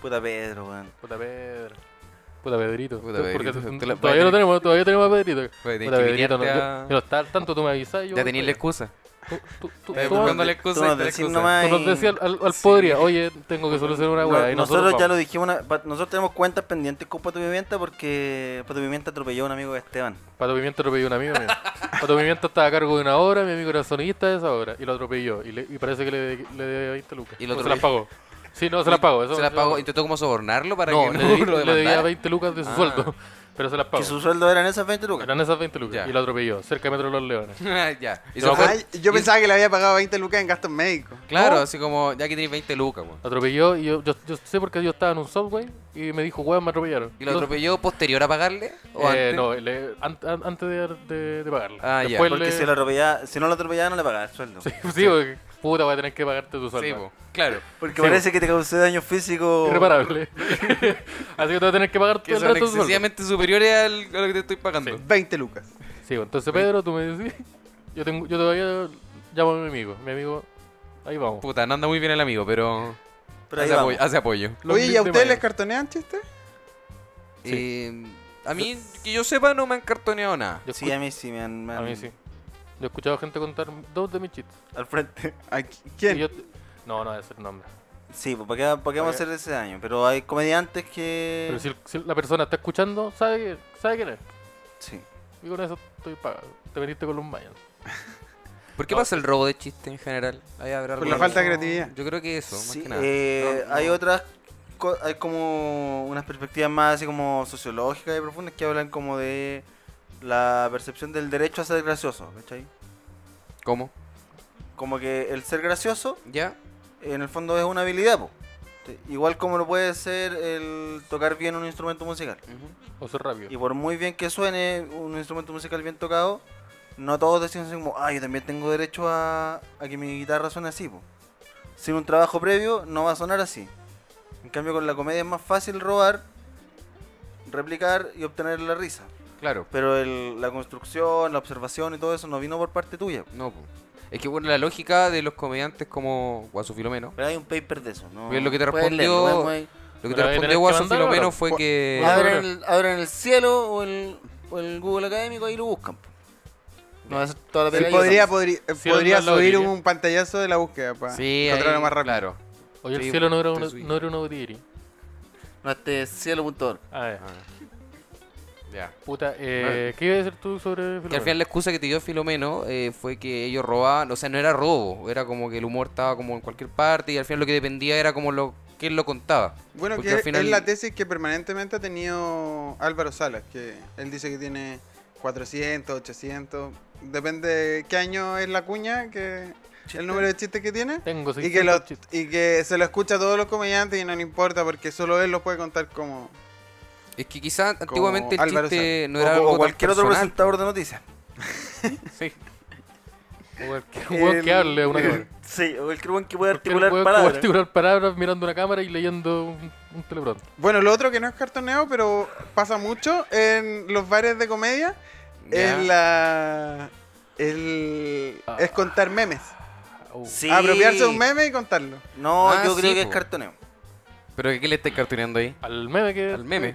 B: Puta Pedro, weón.
C: Puta Pedro. Puta Pedrito.
D: Puta
C: Porque
D: Pedrito,
C: t-
D: te
C: todavía
D: la- voy
C: lo
D: a tener-
C: tenemos, todavía tenemos a Pedrito.
D: Voy a tener
C: Puta
D: que
C: Pedrito, no,
D: viniarte
C: yo,
D: a-
C: yo no estaba al tanto, tú me avisas. Yo
D: Ya
C: voy
D: tenéis
C: para
D: la
C: allá.
D: excusa.
C: Tú, tú, tú,
D: Eh,
C: tú-
D: buscando
C: tú
D: la excusa
B: Tú nos
D: y te la
B: decís
D: excusa.
B: nomás
C: nos
B: y-
C: decías al, al
B: Sí.
C: Podría, oye, tengo que solucionar una
B: No,
C: weá. y
B: nosotros, ya lo
C: vamos.
B: dijimos, una- pa- nosotros tenemos cuentas pendientes con Pato Pimienta porque Pato Pimienta atropelló a un amigo de Esteban.
C: Pato Pimienta atropelló a un amigo mío. Pato Pimienta estaba a cargo de una obra, mi amigo era sonidista de esa obra. Y lo atropelló. Y, le- y parece que le, le debe 20 lucas.
D: Y lo
C: O se las
D: atropelló.
C: pagó. Sí, no, se las pagó. Eso
D: Se la
C: yo-
D: pagó, intentó como sobornarlo para
C: No,
D: que
C: le,
D: no
C: debí-
D: lo
C: le debía
D: demandara.
C: 20 lucas de su
D: Ah.
C: sueldo. Pero se las pagó.
B: Que su sueldo eran esas 20 lucas.
C: Eran esas 20 lucas.
D: Ya.
C: Y lo atropelló, cerca de Metro Los Leones.
D: ya. Y
C: Yo
D: se
C: me
D: fue-
E: Ah, yo
D: y-
E: pensaba que le había pagado 20 lucas en gastos médicos.
D: Claro, así como, ya que tenéis 20 lucas, weón.
C: Lo atropelló y yo, yo, yo sé porque yo estaba en un subway y me dijo, weón, me atropellaron.
D: ¿Y lo
C: Entonces,
D: atropelló posterior a pagarle? ¿O
C: eh,
D: antes?
C: No, le- an- an- antes de, de, de pagarla.
D: Ah, ya.
C: Después
B: Porque
C: le-
B: si, lo atropellaba- si no lo atropellaba, no le pagaba el sueldo.
C: Sí, sí, porque, puta, voy a tener que pagarte tu
D: Sí,
C: sueldo.
D: po, claro.
B: Porque
C: Sí,
B: parece que te causó daño físico.
C: Irreparable. Así que te voy a tener que pagar todo
D: Que
C: el
D: son
C: resto de tu sueldo.
D: excesivamente superiores al- a lo que te estoy pagando.
E: 20 lucas.
C: Sí, bueno, entonces Pedro, tú me decís. Yo, tengo, yo todavía llamo a mi amigo. Mi amigo, ahí vamos.
D: Puta, no anda muy bien el amigo, pero
B: Pero ahí
D: hace,
B: vamos.
D: apoyo, hace apoyo.
C: Los
E: Oye, ¿y a
C: mil de
E: ustedes
C: mayo.
E: les cartonean chistes?
C: Sí.
D: Eh, a mí, que yo sepa, no me han cartoneado nada.
C: Yo
B: Sí, a mí sí me han. me
C: escu- a mí
B: han-
C: sí. Yo he escuchado gente contar dos de mis chistes.
B: Al frente.
E: ¿A qui-
C: Y
E: quién?
C: yo- No, no voy a hacer nombre.
B: Sí, pues, ¿para qué, para qué vamos a hacer ese daño? Pero hay comediantes que.
C: Pero si, el- si la persona está escuchando, sabe, que- sabe quién es.
B: Sí.
C: Y con eso estoy pagado. Te veniste con los mayas.
D: ¿Por qué
C: No.
D: pasa el robo de chiste en general? Ahí habrá
E: Por
D: algo
E: la
D: de
E: falta de
D: eso.
E: creatividad.
D: Yo creo que eso,
B: Sí,
D: más que nada.
B: eh,
D: No, no.
B: Hay otras, co- hay como unas perspectivas más así como sociológicas y profundas que hablan como de la percepción del derecho a ser gracioso, ¿cachai?
D: ¿Cómo?
B: Como que el ser gracioso
D: ¿Ya?
B: en el fondo es una habilidad, po. Sí, igual como lo puede ser el tocar bien un instrumento musical.
D: Ujú.
C: O ser rápido.
B: Y por muy bien que suene un instrumento musical bien tocado, no todos decimos así como, ah, yo también tengo derecho a, a que mi guitarra suene así. po". Sin un trabajo previo no va a sonar así. En cambio con la comedia es más fácil robar, replicar y obtener la risa.
D: Claro.
B: Pero el- la construcción, la observación y todo eso no vino por parte tuya.
D: No, po. Es que, bueno, la lógica de los comediantes como Guaso Filomeno,
B: Pero hay un paper de eso, ¿no?
D: Bien, lo que te
B: Puedes
D: respondió- eh,
B: leerlo, ¿eh?
D: lo que
C: Pero
D: te
C: ahí tenés
D: respondió
C: que
D: Guaso
C: mandarlo,
D: Filomeno
C: ¿no?
D: fue
E: Por-
D: que...
C: por- Ah,
B: Abran el, abran el cielo o el, o el Google Académico y lo buscan. po. No, es toda la
E: Sí,
B: pega que
E: podría
B: hacen.
E: podri- eh,
C: Sí,
E: podría
C: onda la
E: subir
C: orilla.
E: un pantallazo de la búsqueda para
D: Sí,
E: encontrarlo
D: ahí,
E: más rápido.
D: claro.
C: Oye, el
D: Sí,
C: cielo no era,
D: te
C: una,
D: subí.
C: no era una botillería.
B: No, este es cielo.org.
C: Ah, ya.
D: Ah. Ya.
C: Puta, eh, ¿qué iba a decir tú sobre
D: Que al
C: Filomeno?
D: final la excusa que te dio Filomeno eh, fue que ellos robaban, o sea, no era robo, era como que el humor estaba como en cualquier parte y al final lo que dependía era como lo quién lo contaba.
E: Bueno,
D: Porque
E: que
D: al
E: es-
D: final-
E: es la tesis que permanentemente ha tenido Álvaro Salas, que él dice que tiene 400, 800, depende de qué año es la cuña, que el número de chistes que tiene,
C: Tengo
E: y que, lo-
C: 600 chistes.
E: y que se lo escucha a todos los comediantes y no le importa porque solo él lo puede contar como...
D: Es que quizás antiguamente el
E: Álvaro
D: chiste no
B: O-
D: era
B: o,
D: algo tan
B: cualquier otro
D: personal.
B: presentador de noticias.
D: Sí.
C: O cualquier weón que hable a una cámara.
B: Sí, o cualquier buen que pueda
C: Cualquier
B: articular
C: weón que pueda
B: palabras.
C: articular palabras mirando una cámara y leyendo un, un teleprompter.
E: Bueno, lo otro que no es cartoneo, pero pasa mucho en los bares de comedia,
D: Ya.
E: es la... el-
C: Ah.
E: es contar memes.
C: Uh.
B: Sí.
E: Apropiarse de un meme y contarlo.
B: No,
D: Ah,
B: yo
D: sí,
B: creo que es
D: po.
B: cartoneo.
D: Pero ¿qué le estáis cartoneando ahí?
C: Al meme que.
D: Al meme.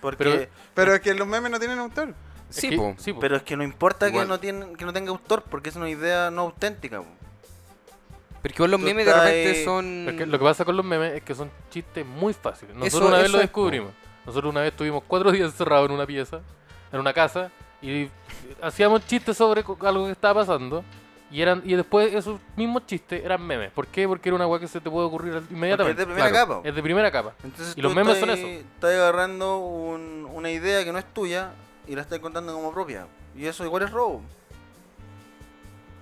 B: Porque,
C: Pero-
B: pero,
E: Pero es que los memes no tienen autor.
C: Es
D: Sí,
C: que-
D: po.
C: sí, po.
B: es que no importa que
D: Igual.
B: no, tiene, que no tenga autor, porque es una idea no auténtica. po.
D: Porque igual los
B: Tú
D: memes de
B: estás
D: repente
B: ahí-
D: son
C: Es que lo que pasa con los memes es que son chistes muy fáciles. Nosotros
D: Mm. Eso-
C: una vez
D: eso
C: lo
D: es, po.
C: descubrimos. Nosotros una vez estuvimos cuatro días encerrados en una pieza, en una casa, y hacíamos chistes sobre co- algo que estaba pasando. Y eran y después esos mismos chistes eran memes. ¿Por qué? Porque era una weá que se te puede ocurrir al-
B: Porque es de
C: inmediatamente.
B: primera
D: claro.
B: capa. po.
C: Es de primera capa.
B: Entonces
C: y
B: tú
C: los memes son
B: estás- Estás agarrando un- una idea que no es tuya y la estás contando como propia. Y eso igual es robo.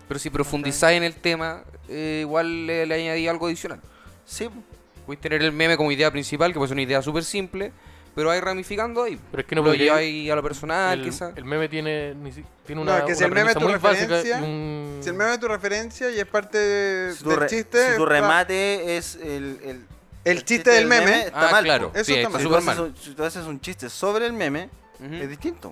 D: Pero si profundizáis en el tema, eh, igual le, le añadí algo adicional.
B: Sí, po.
D: Puedes tener el meme como idea principal, que puede ser una idea súper simple, pero ahí ramificando ahí.
C: Pero es que no
D: lo
C: podía-
D: lleváis a lo personal,
C: el,
D: quizás.
C: el meme tiene, ni si- tiene
E: No,
C: una,
E: es que si
C: una
E: el meme es
C: premisa
E: tu
C: muy básica.
E: referencia,
C: y un-
E: Si el meme es tu referencia y es parte de-
B: Si tu,
E: del
B: re-
E: chiste.
B: si tu
E: está-
B: remate es el, el,
E: El chiste del meme.
B: está
D: Ah,
B: mal.
D: claro.
B: po.
E: Eso
D: sí,
E: está
D: está
E: mal.
B: Si tú,
D: súper
B: haces
D: mal.
B: un, si tú haces un chiste sobre el meme,
C: Mm.
D: Ujú.
B: es distinto.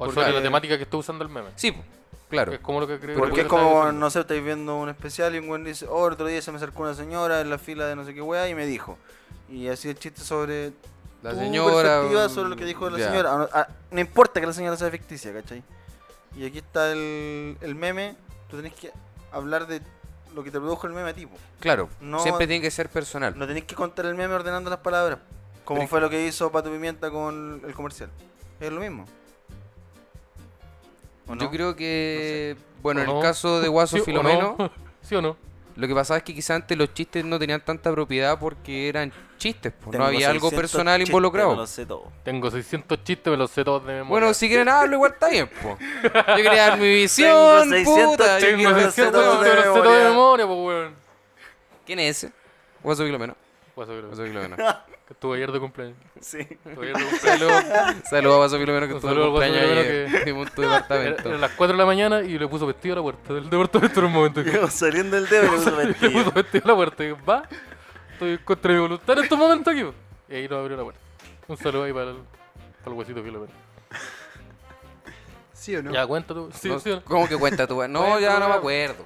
C: o
D: porque-
C: sobre la temática que está usando el meme.
D: Sí, po, claro.
C: Que es como lo que creo que
B: Porque es
C: tú estabas
B: como,
C: diciendo.
B: no sé, estáis viendo un especial y un güey dice, oh, el otro día se me acercó una señora en la fila de no sé qué weá y me dijo. Y así el chiste sobre
D: La
B: tu
D: señora. mm,
C: mm,
B: perspectiva sobre lo que dijo la
D: ya.
B: señora. Ah, No, ah, no importa que la señora sea ficticia, ¿cachai? Y aquí está el, el meme, tú tenés que hablar de lo que te produjo el meme a ti, po.
D: Claro,
B: No-
D: siempre tiene que ser personal.
B: No tenés que contar el meme ordenando las palabras, como
D: Pero-
B: fue lo que hizo Pato Pimienta con el comercial. Es lo mismo. ¿O no?
D: Yo creo que. Bueno,
C: ¿O
D: en el
C: no?
D: caso de
C: ¿Sí o
D: Guaso
C: no?
D: Filomeno,
C: ¿Sí o no?
D: Lo que pasaba es que quizás antes los chistes no tenían tanta propiedad porque eran chistes, pues,
B: Tengo
D: no había algo
B: 600
D: personal
B: chistes,
D: involucrado.
B: me los sé todos.
C: Tengo 600 chistes, me los sé todos de memoria.
D: Bueno, si quieren hablo, igual está bien, po. Yo quería dar mi
B: Tengo
D: visión,
B: 600
D: puta. yo
B: chismes, me
D: quiero-
C: Tengo
B: los sé
C: 600
B: todos
C: chistes, me los sé todos de memoria, pues, weón.
D: ¿Quién es ese? Guaso Filomeno.
C: Guaso Filomeno.
D: Guaso Filomeno.
C: Que estuvo ayer de cumpleaños.
B: Sí.
C: Estuvo ayer de cumpleaños.
D: Saludos a Guaso Filomeno que
C: Un
D: estuvo de
C: saludo al Guaso
D: cumpleaños
C: Filomeno
D: ayer.
C: que-
D: Fuimos en tu
C: Era-
D: departamento.
C: Eran las 4 de la mañana y le puso vestido a la puerta del departamento en un momento. Le
B: Saliendo el dedo y le puso
C: puso
B: vestido.
C: vestido a la puerta. y, Va, estoy contra mi voluntad en estos momentos aquí. po". Y ahí nos abrió la puerta. Un saludo ahí para el, para el huesito Filomeno.
E: ¿Sí o no?
C: Ya, cuenta tú. Sí,
D: No,
C: sí, no.
D: ¿Cómo que cuenta tú? No,
C: Cuenta,
D: ya no me
C: weón.
D: acuerdo.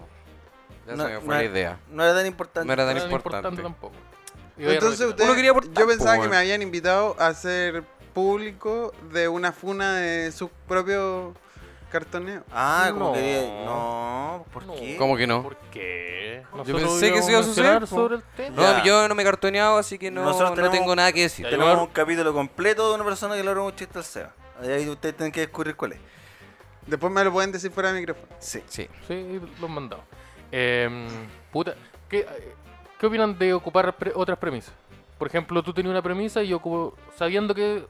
D: Ya se me fue la idea.
B: no era tan importante.
D: No era tan
C: No era
D: importante.
C: tampoco. Y voy a
E: Entonces
C: repetirlo.
E: ustedes,
D: Uno quería aportar,
E: yo pensaba
D: po,
E: que
D: weón.
E: me habían invitado a hacer público de una funa de su propio cartoneo.
B: Ah, como
C: No.
B: quería. No, ¿por
C: No.
B: qué?
D: ¿Cómo que no?
C: ¿Por qué?
D: Yo
C: Nosotros
D: pensé que
C: íbamos
D: se iba a
C: mencionar
D: suceder, po.
C: sobre el tema.
D: No,
B: Ya.
D: yo no me he cartoneado, así que no,
B: Nosotros
D: no
B: tenemos-
D: tengo nada que decir.
C: Ya,
B: Tenemos
C: Igual-
B: un capítulo completo de una persona que le logró un chiste al Seba. Ahí ustedes tienen que descubrir cuál es.
E: Después me lo pueden decir fuera de micrófono.
B: Sí.
D: Sí.
C: Sí, los mandamos. Eh, puta, ¿qué, qué opinan de ocupar pre- otras premisas? Por ejemplo, tú tenías una premisa y yo ocupo- sabiendo que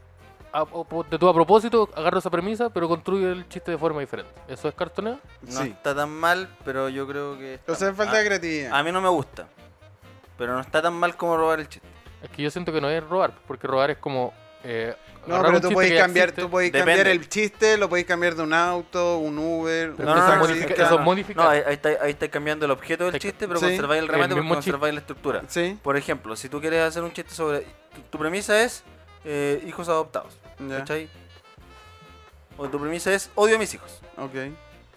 C: a- o po- de tu a propósito agarro esa premisa, pero construyo el chiste de forma diferente. ¿Eso es cartoneo?
B: No
E: sí.
B: está tan mal, pero yo creo que. Ah,
E: O sea, es falta de creatividad.
B: a, a mí no me gusta. Pero no está tan mal como robar el chiste.
C: Es que yo siento que no es robar, porque robar es como... eh,
E: no,
C: agarrar
E: pero
C: un
E: tú
C: chiste
E: podés
C: que ya
E: cambiar,
C: existe,
E: tú podés
B: Depende.
E: cambiar el chiste, lo podés cambiar de un auto, un Uber, un
C: pero
B: No,
C: que
B: no,
C: eso,
B: no,
C: es
E: taxi.
B: sí,
C: modifica-
B: claro,
C: eso es
B: no.
C: modificar.
B: No, ahí, ahí estáis ahí estáis cambiando el objeto del
C: Está-
B: chiste, pero
E: sí,
B: conserváis el remate porque
C: mismo chiste.
B: conserváis la estructura.
E: Sí,
B: Por ejemplo, si tú quieres hacer un chiste sobre. Tu, tu premisa es eh, hijos adoptados.
E: ya,
B: ¿Cachai? O tu premisa es odio a mis hijos.
E: ok.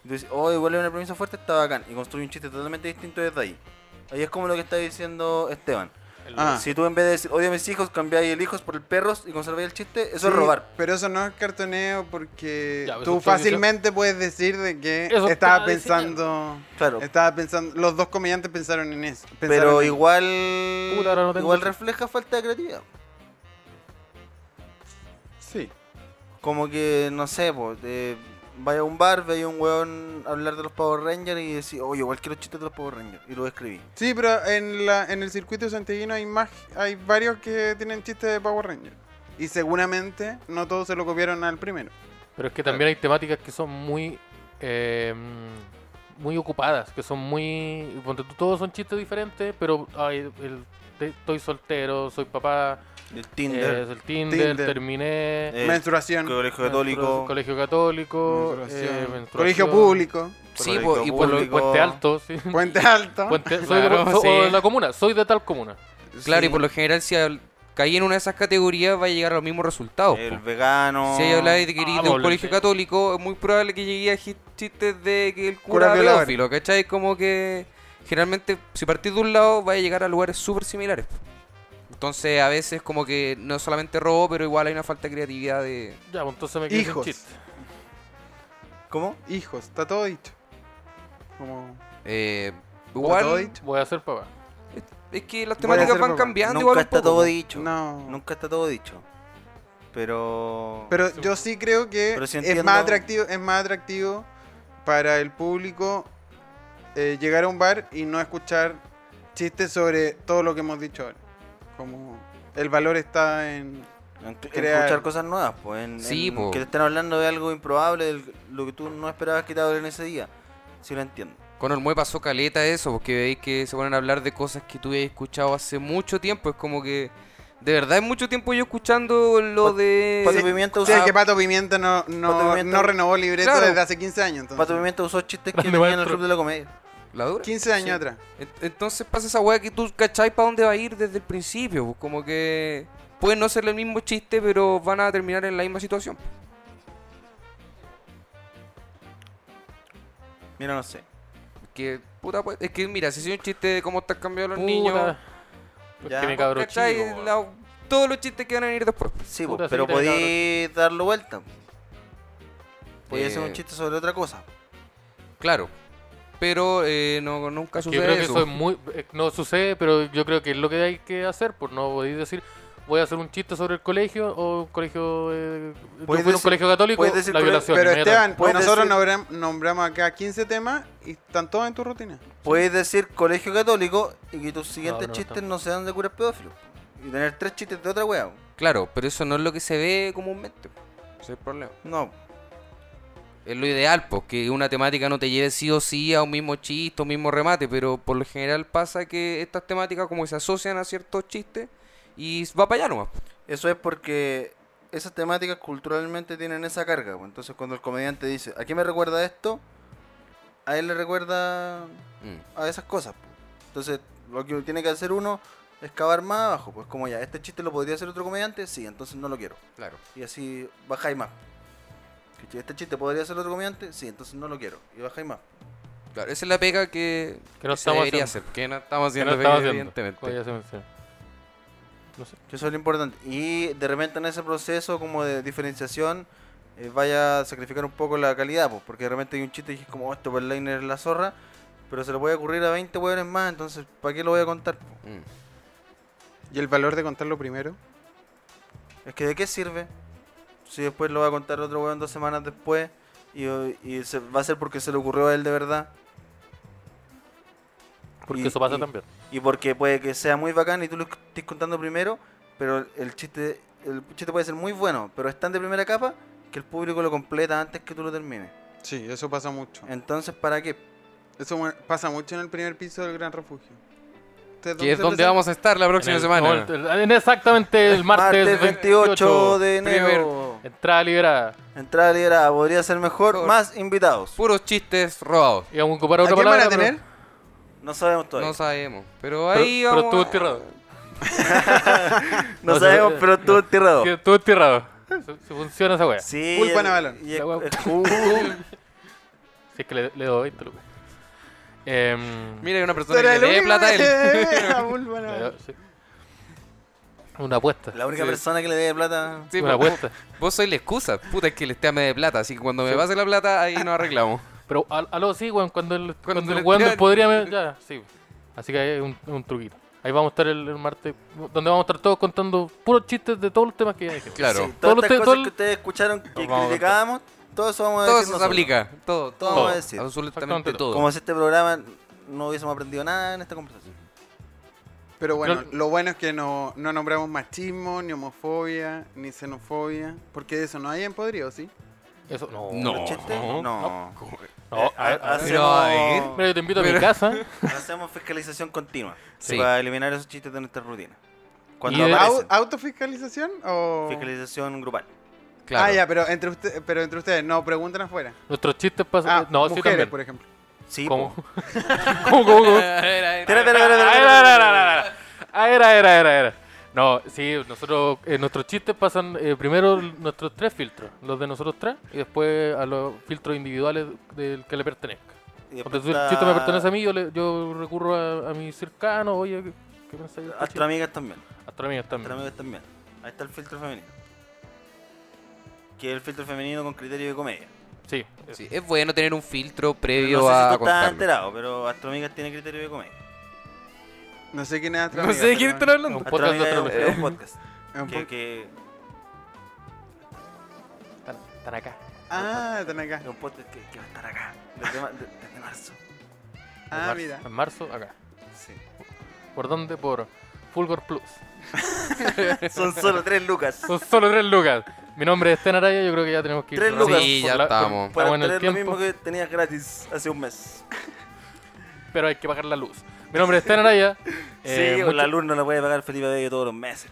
B: Y tú dices, oh, igual es una premisa fuerte, está bacán. Y construye un chiste totalmente distinto desde ahí. Ahí es como lo que está diciendo Esteban.
E: Ah.
B: Si tú en vez de decir odio a mis hijos, cambiáis el hijos por el perros y conserváis el chiste, eso es
E: Sí,
B: robar.
E: Pero eso no es cartoneo porque
C: Ya, pero
E: tú
C: eso estoy
E: fácilmente puedes decir de que
C: Eso
E: estaba
C: estaba diseñado.
E: pensando,
B: Claro.
E: estaba pensando, los dos comediantes pensaron en eso. pensaron
B: Pero
E: en-
B: igual.
C: Puta, ahora no tengo
B: igual
C: chiste.
B: refleja falta de creatividad.
E: Sí.
B: Como que, no sé, pues, vaya a un bar, veis a un weón hablar de los Power Rangers y decís, oye, igual quiero chistes de los Power Rangers. Y lo escribí.
E: Sí, pero en, la, en el circuito santiaguino hay más, hay varios que tienen chistes de Power Rangers. Y seguramente no todos se lo copiaron al primero.
C: Pero es que también hay temáticas que son muy eh, muy ocupadas, que son muy. ponte tú, Todos son chistes diferentes, pero ay, el- te- estoy soltero, soy papá,
B: El
C: eh,
B: Tinder,
C: es el Tinder,
E: Tinder.
C: terminé.
B: Eh,
E: Menstruación.
B: Colegio
C: menstru-
B: Católico,
C: Colegio católico.
E: menstruación,
C: eh, menstruación,
E: colegio público.
D: Sí,
B: Correcto,
D: po, y por
C: pueblo-
D: lo
B: público.
C: Puente Alto, sí.
E: Puente Alto.
C: Puente- soy de-
D: Claro,
C: so-
D: sí.
C: o de la comuna, soy de tal comuna.
D: Claro,
E: Sí.
D: y por lo general, si al- caí en una de esas categorías, va a llegar a los mismos resultados.
B: el
D: po.
B: vegano.
D: Si ahí habláis de que
C: Ah,
D: eres
C: vamos
D: de
C: a
D: un
C: hablar
D: colegio
C: de-
D: católico, es muy probable que llegué a gi- chistes de que el
E: Cura
D: cura es
E: violador.
D: pedófilo, ¿cachai? Como que generalmente, si partís de un lado, va a llegar a lugares súper similares. po. Entonces, a veces, como que no solamente robo, pero igual hay una falta de creatividad de.
C: Ya, pues entonces me quedé sin
E: Hijos.
C: chiste.
B: ¿Cómo?
E: Hijos, está todo dicho. Como...
D: eh,
E: todo
D: igual.
E: dicho?
C: Voy a ser papá.
D: Es que las
E: Voy a
D: temáticas
E: ser
D: van
E: papá.
D: cambiando igual.
B: Nunca
D: un
B: está
D: poco,
B: todo
D: po.
B: dicho.
E: No.
C: Mm.
B: Nunca está todo dicho. Pero.
E: Pero yo sí creo que
B: Pero sí
E: es
B: entiendo-
E: más atractivo, es más atractivo para el público eh, llegar a un bar y no escuchar chistes sobre todo lo que hemos dicho ahora. Como el valor está en
B: En- en
E: crear-
B: escuchar cosas nuevas, pues. en-
D: Sí,
B: en
D: po.
B: Que te estén hablando de algo improbable, del- lo que tú no esperabas que te hablen ese día. Sí lo entiendo.
D: Con Olmue pasó caleta eso, porque veis que se ponen a hablar de cosas que tú habías escuchado hace mucho tiempo. Es como que, de verdad, es mucho tiempo yo escuchando lo de.
C: Eh,
B: Pato Pimienta
E: O sea,
B: usó,
E: que Pato Pimienta no, no,
B: Pato Pimienta-
E: no renovó libreto
D: Claro.
E: desde hace 15 años. Entonces.
B: Pato Pimienta usó chistes que
C: Grande
B: tenía en el
C: maestro.
B: club de la comedia.
D: ¿La dura?
E: 15 años
D: Sí.
E: atrás.
D: En- Entonces pasa esa weá que tú cacháis para dónde va a ir desde el principio. pues, Como que puede no ser el mismo chiste, pero van a terminar en la misma situación.
B: Mira, no sé.
D: Que, puta, pues, es que mira, si es un chiste de cómo estás cambiando a los
C: Puta.
D: niños,
C: Pues
B: Ya.
C: tiene cabro
D: ¿cachai?
C: chico, weón.
D: La- todos los chistes que van a venir después.
B: Sí, po,
C: Puta, sí,
B: pero
C: te
B: podí darlo vuelta. Podí hacer
D: Eh,
B: un chiste sobre otra cosa.
D: Claro. Pero eh, no, nunca
C: Que
D: sucede
C: yo creo que
D: eso.
C: eso es muy. eh, pues No sucede, pero yo creo que es lo que hay que hacer. Por no podéis decir, voy a hacer un chiste sobre el colegio o un colegio. eh, yo fui
B: Puedes
C: a un
B: decir-
C: colegio católico,
B: puedes decir
C: la
B: cole-
C: violación.
E: Pero
C: inmediata.
E: Esteban,
B: Puedes
E: nosotros
B: decir-
E: nombram- nombramos acá 15 temas y están todos en tu rutina.
B: Puedes decir colegio católico y que tus siguientes
C: no
B: chistes
C: estamos.
B: no sean de curas pedófilos. Y tener tres chistes de otra wea.
D: Claro, pero eso no es lo que se ve comúnmente. Ese es el problema.
B: No.
D: Es lo ideal, pues, que una temática no te lleve sí o sí a un mismo chiste, un mismo remate, pero por lo general pasa que estas temáticas como que se asocian a ciertos chistes y va para allá nomás. pues.
B: Eso es porque esas temáticas culturalmente tienen esa carga. pues. Entonces cuando el comediante dice, ¿a qué me recuerda esto? A él le recuerda
D: Mm.
B: a esas cosas. pues. Entonces lo que tiene que hacer uno es cavar más abajo. Pues como ya, este chiste lo podría hacer otro comediante, sí, entonces no lo quiero.
D: Claro.
B: Y así bajáis más. ¿Cachai? Este chiste podría hacer otro comediante, sí, entonces no lo quiero. Y bajáis más.
D: Claro, esa es la pega que,
C: Que no
D: que se
C: estamos
D: debería
C: haciendo.
D: hacer. Que no estamos
C: Que
D: haciendo,
C: no estaba haciendo.
D: evidentemente.
C: Oye, ya se me enseñó. No sé.
B: Que eso es lo importante. Y de repente en ese proceso como de diferenciación eh, vaya a sacrificar un poco la calidad, pues, porque de repente hay un chiste y es como, "Oh, este liner es la zorra, pero se le puede ocurrir a 20 hueones más, entonces, ¿para qué lo voy a contar? po?
D: Mm.
E: Y el valor de contarlo primero.
B: Es que ¿de qué sirve? Si después lo va a contar otro hueón dos semanas después y, eh, y se, va a ser porque se le ocurrió a él de verdad.
C: Porque
B: Y-
C: eso pasa
B: y-
C: también.
B: Y porque puede que sea muy bacán y tú lo estés contando primero, pero el chiste, el chiste puede ser muy bueno, pero es tan de primera capa que el público lo completa antes que tú lo termines.
E: Sí, eso pasa mucho.
B: Entonces, ¿para qué?
E: Eso mu- pasa mucho en el primer piso del Gran Refugio. ¿Ustedes
D: Que es
E: se
D: donde
E: presentan?
D: vamos a estar la próxima
C: En el-
D: semana.
C: no, el- en exactamente el martes,
B: 28 de enero.
C: primer- Entrada liberada.
B: Entrada liberada, podría ser mejor,
D: Mejor.
B: más invitados.
D: Puros chistes robados.
C: Y vamos a ocupar
E: ¿A
C: otra
E: quién van
C: palabra.
E: a tener?
C: pero-
B: No sabemos todavía.
D: No sabemos. Pero
C: Pero,
D: ahí
C: pero,
D: vamos.
C: estuvo
D: a-
C: estirrado.
B: No
C: no,
B: sabemos,
C: no,
B: pero estuvo tirado.
C: Sí, Estuvo estirrado. Si funciona esa wea.
B: Sí.
E: Pulpa
B: y-
E: Navalón.
B: y-
C: La wea-
B: es-
C: Si es que le, le doy 20 lucas. Em,
D: Mira, hay una persona
E: Será
D: que
E: el
D: le dé
E: único
D: plata a
E: que
D: él.
E: le dé a Bulba
C: le
E: Navalón.
C: doy- sí. Una apuesta.
B: la única
D: Sí.
B: persona que le dé plata.
D: Sí,
C: una
D: pues,
C: apuesta.
D: Vos sois la excusa. Puta, es que el Esteban me de plata. Así que cuando me pase la plata, ahí nos arreglamos.
C: Pero al- aló, sí, weón, cuando el, cuando
D: le
C: el weón
D: tiran-
C: podría... me- Ya, sí. Así que ahí es un, un truquito. Ahí vamos a estar el, el martes, donde vamos a estar todos contando puros chistes de todos los temas que ya dijimos.
D: Claro.
B: Sí,
C: Todo
B: todas
C: lo
B: estas
C: te-
B: cosas
C: todo
B: que
C: el-
B: ustedes escucharon que
C: Vamos a contar.
B: criticábamos, todo eso vamos a
D: Todo
B: decir.
D: eso se
B: nosotros.
D: aplica. Todo, todo.
B: vamos a decir.
D: Absolutamente
C: Exactamente
D: todo.
B: Como si este programa no hubiésemos aprendido nada en esta conversación.
E: Pero bueno,
C: Pero-
E: lo bueno es que no, no nombramos machismo, ni homofobia, ni xenofobia. Porque de eso no hay en podrido, ¿sí?
C: Eso, no.
D: No.
B: ¿Los chistes? No.
C: No, a-
B: Eh, Ha-
C: a-
D: Pero, a ver.
B: hacemos,
C: Mira, yo te invito a mi
D: Pero-
C: casa.
B: hacemos fiscalización continua
D: Sí.
B: para eliminar esos chistes de nuestra rutina. Cuando
C: Y de-
E: ¿Au-
B: aparecen.
E: ¿Autofiscalización o...?
B: Fiscalización grupal.
D: Claro.
E: Ah, ya, pero entre, usted, pero entre ustedes, no, preguntan afuera.
C: Nuestros chistes pasan...
E: Ah,
C: no, sí,
E: mujeres,
C: también.
E: por ejemplo.
B: Sí.
C: ¿Cómo?
B: po.
C: ¿Cómo, cómo, cómo?
D: A ver, a ver, a
B: Espera,
D: ver.
B: espera, espera,
C: Ah,
B: espera,
C: era,
B: espera, espera.
C: era, era, era. Ah, era, era, era, era. No, sí, nosotros, eh, nuestros chistes pasan eh, primero l- nuestros tres filtros, los de nosotros tres, y después a los filtros individuales del que le pertenezca.
B: Y
C: Cuando
B: después
C: el
B: está-
C: chiste me pertenece a mí, yo, le- yo recurro a, a mis cercanos, oye, ¿qué, qué pensáis? de este
B: Hasta amigas también.
C: chiste? Hasta amigos
B: Hasta
C: también.
B: amigas también. Ahí está el filtro femenino. Que es el filtro femenino con criterio de comedia.
C: Sí.
D: Sí, es bueno tener un filtro previo
B: No sé
D: a
B: si tú estás
D: contarlo.
B: enterado, pero Astroamigas tiene criterio de comedia.
E: No sé quién es
D: No sé de quién
E: está
D: están hablando.
C: Un podcast de
B: Astroamigas es un-
C: astrología.
B: es un podcast. que, que-
C: Están, están acá.
E: Ah, están acá.
B: es un podcast que, que va a estar acá desde, ma- de- desde marzo.
E: Ah,
C: en
E: mira.
C: marzo, en marzo, acá.
B: Sí.
C: ¿Por dónde? Por Fulgor Plus.
B: Son solo tres lucas.
C: Son solo tres lucas. Mi nombre es Sten Araya, yo creo que ya tenemos que ir.
B: Tres
C: cerrando
B: lucas.
D: Sí,
C: por
D: ya
C: la-
D: estamos.
C: por-
B: Para
C: Estamos en el
B: tener lo mismo
C: tiempo,
B: que tenías gratis hace un mes.
C: pero hay que pagar la luz. Mi nombre es Sten Araya. Eh,
B: sí,
C: mucha-
B: la luz no la puede pagar Felipe Bello todos los meses.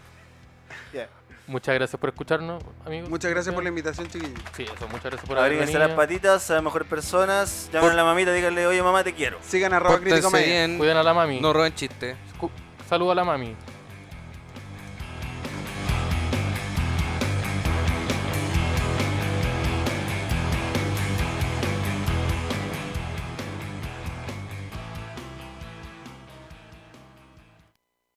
C: Muchas gracias por escucharnos, amigos.
E: Muchas gracias por la invitación, chiquillos.
C: Sí, eso, muchas gracias por haber
B: Abríguense
C: venido.
B: las patitas, sean mejores personas. Llamen a la mamita, díganle, oye mamá, te quiero.
D: Pues
E: Sigan arroba crítico
D: Pórtense
E: media.
D: bien.
C: Cuiden a la mami.
D: No roben chistes.
C: Cu- Saluda a la mami.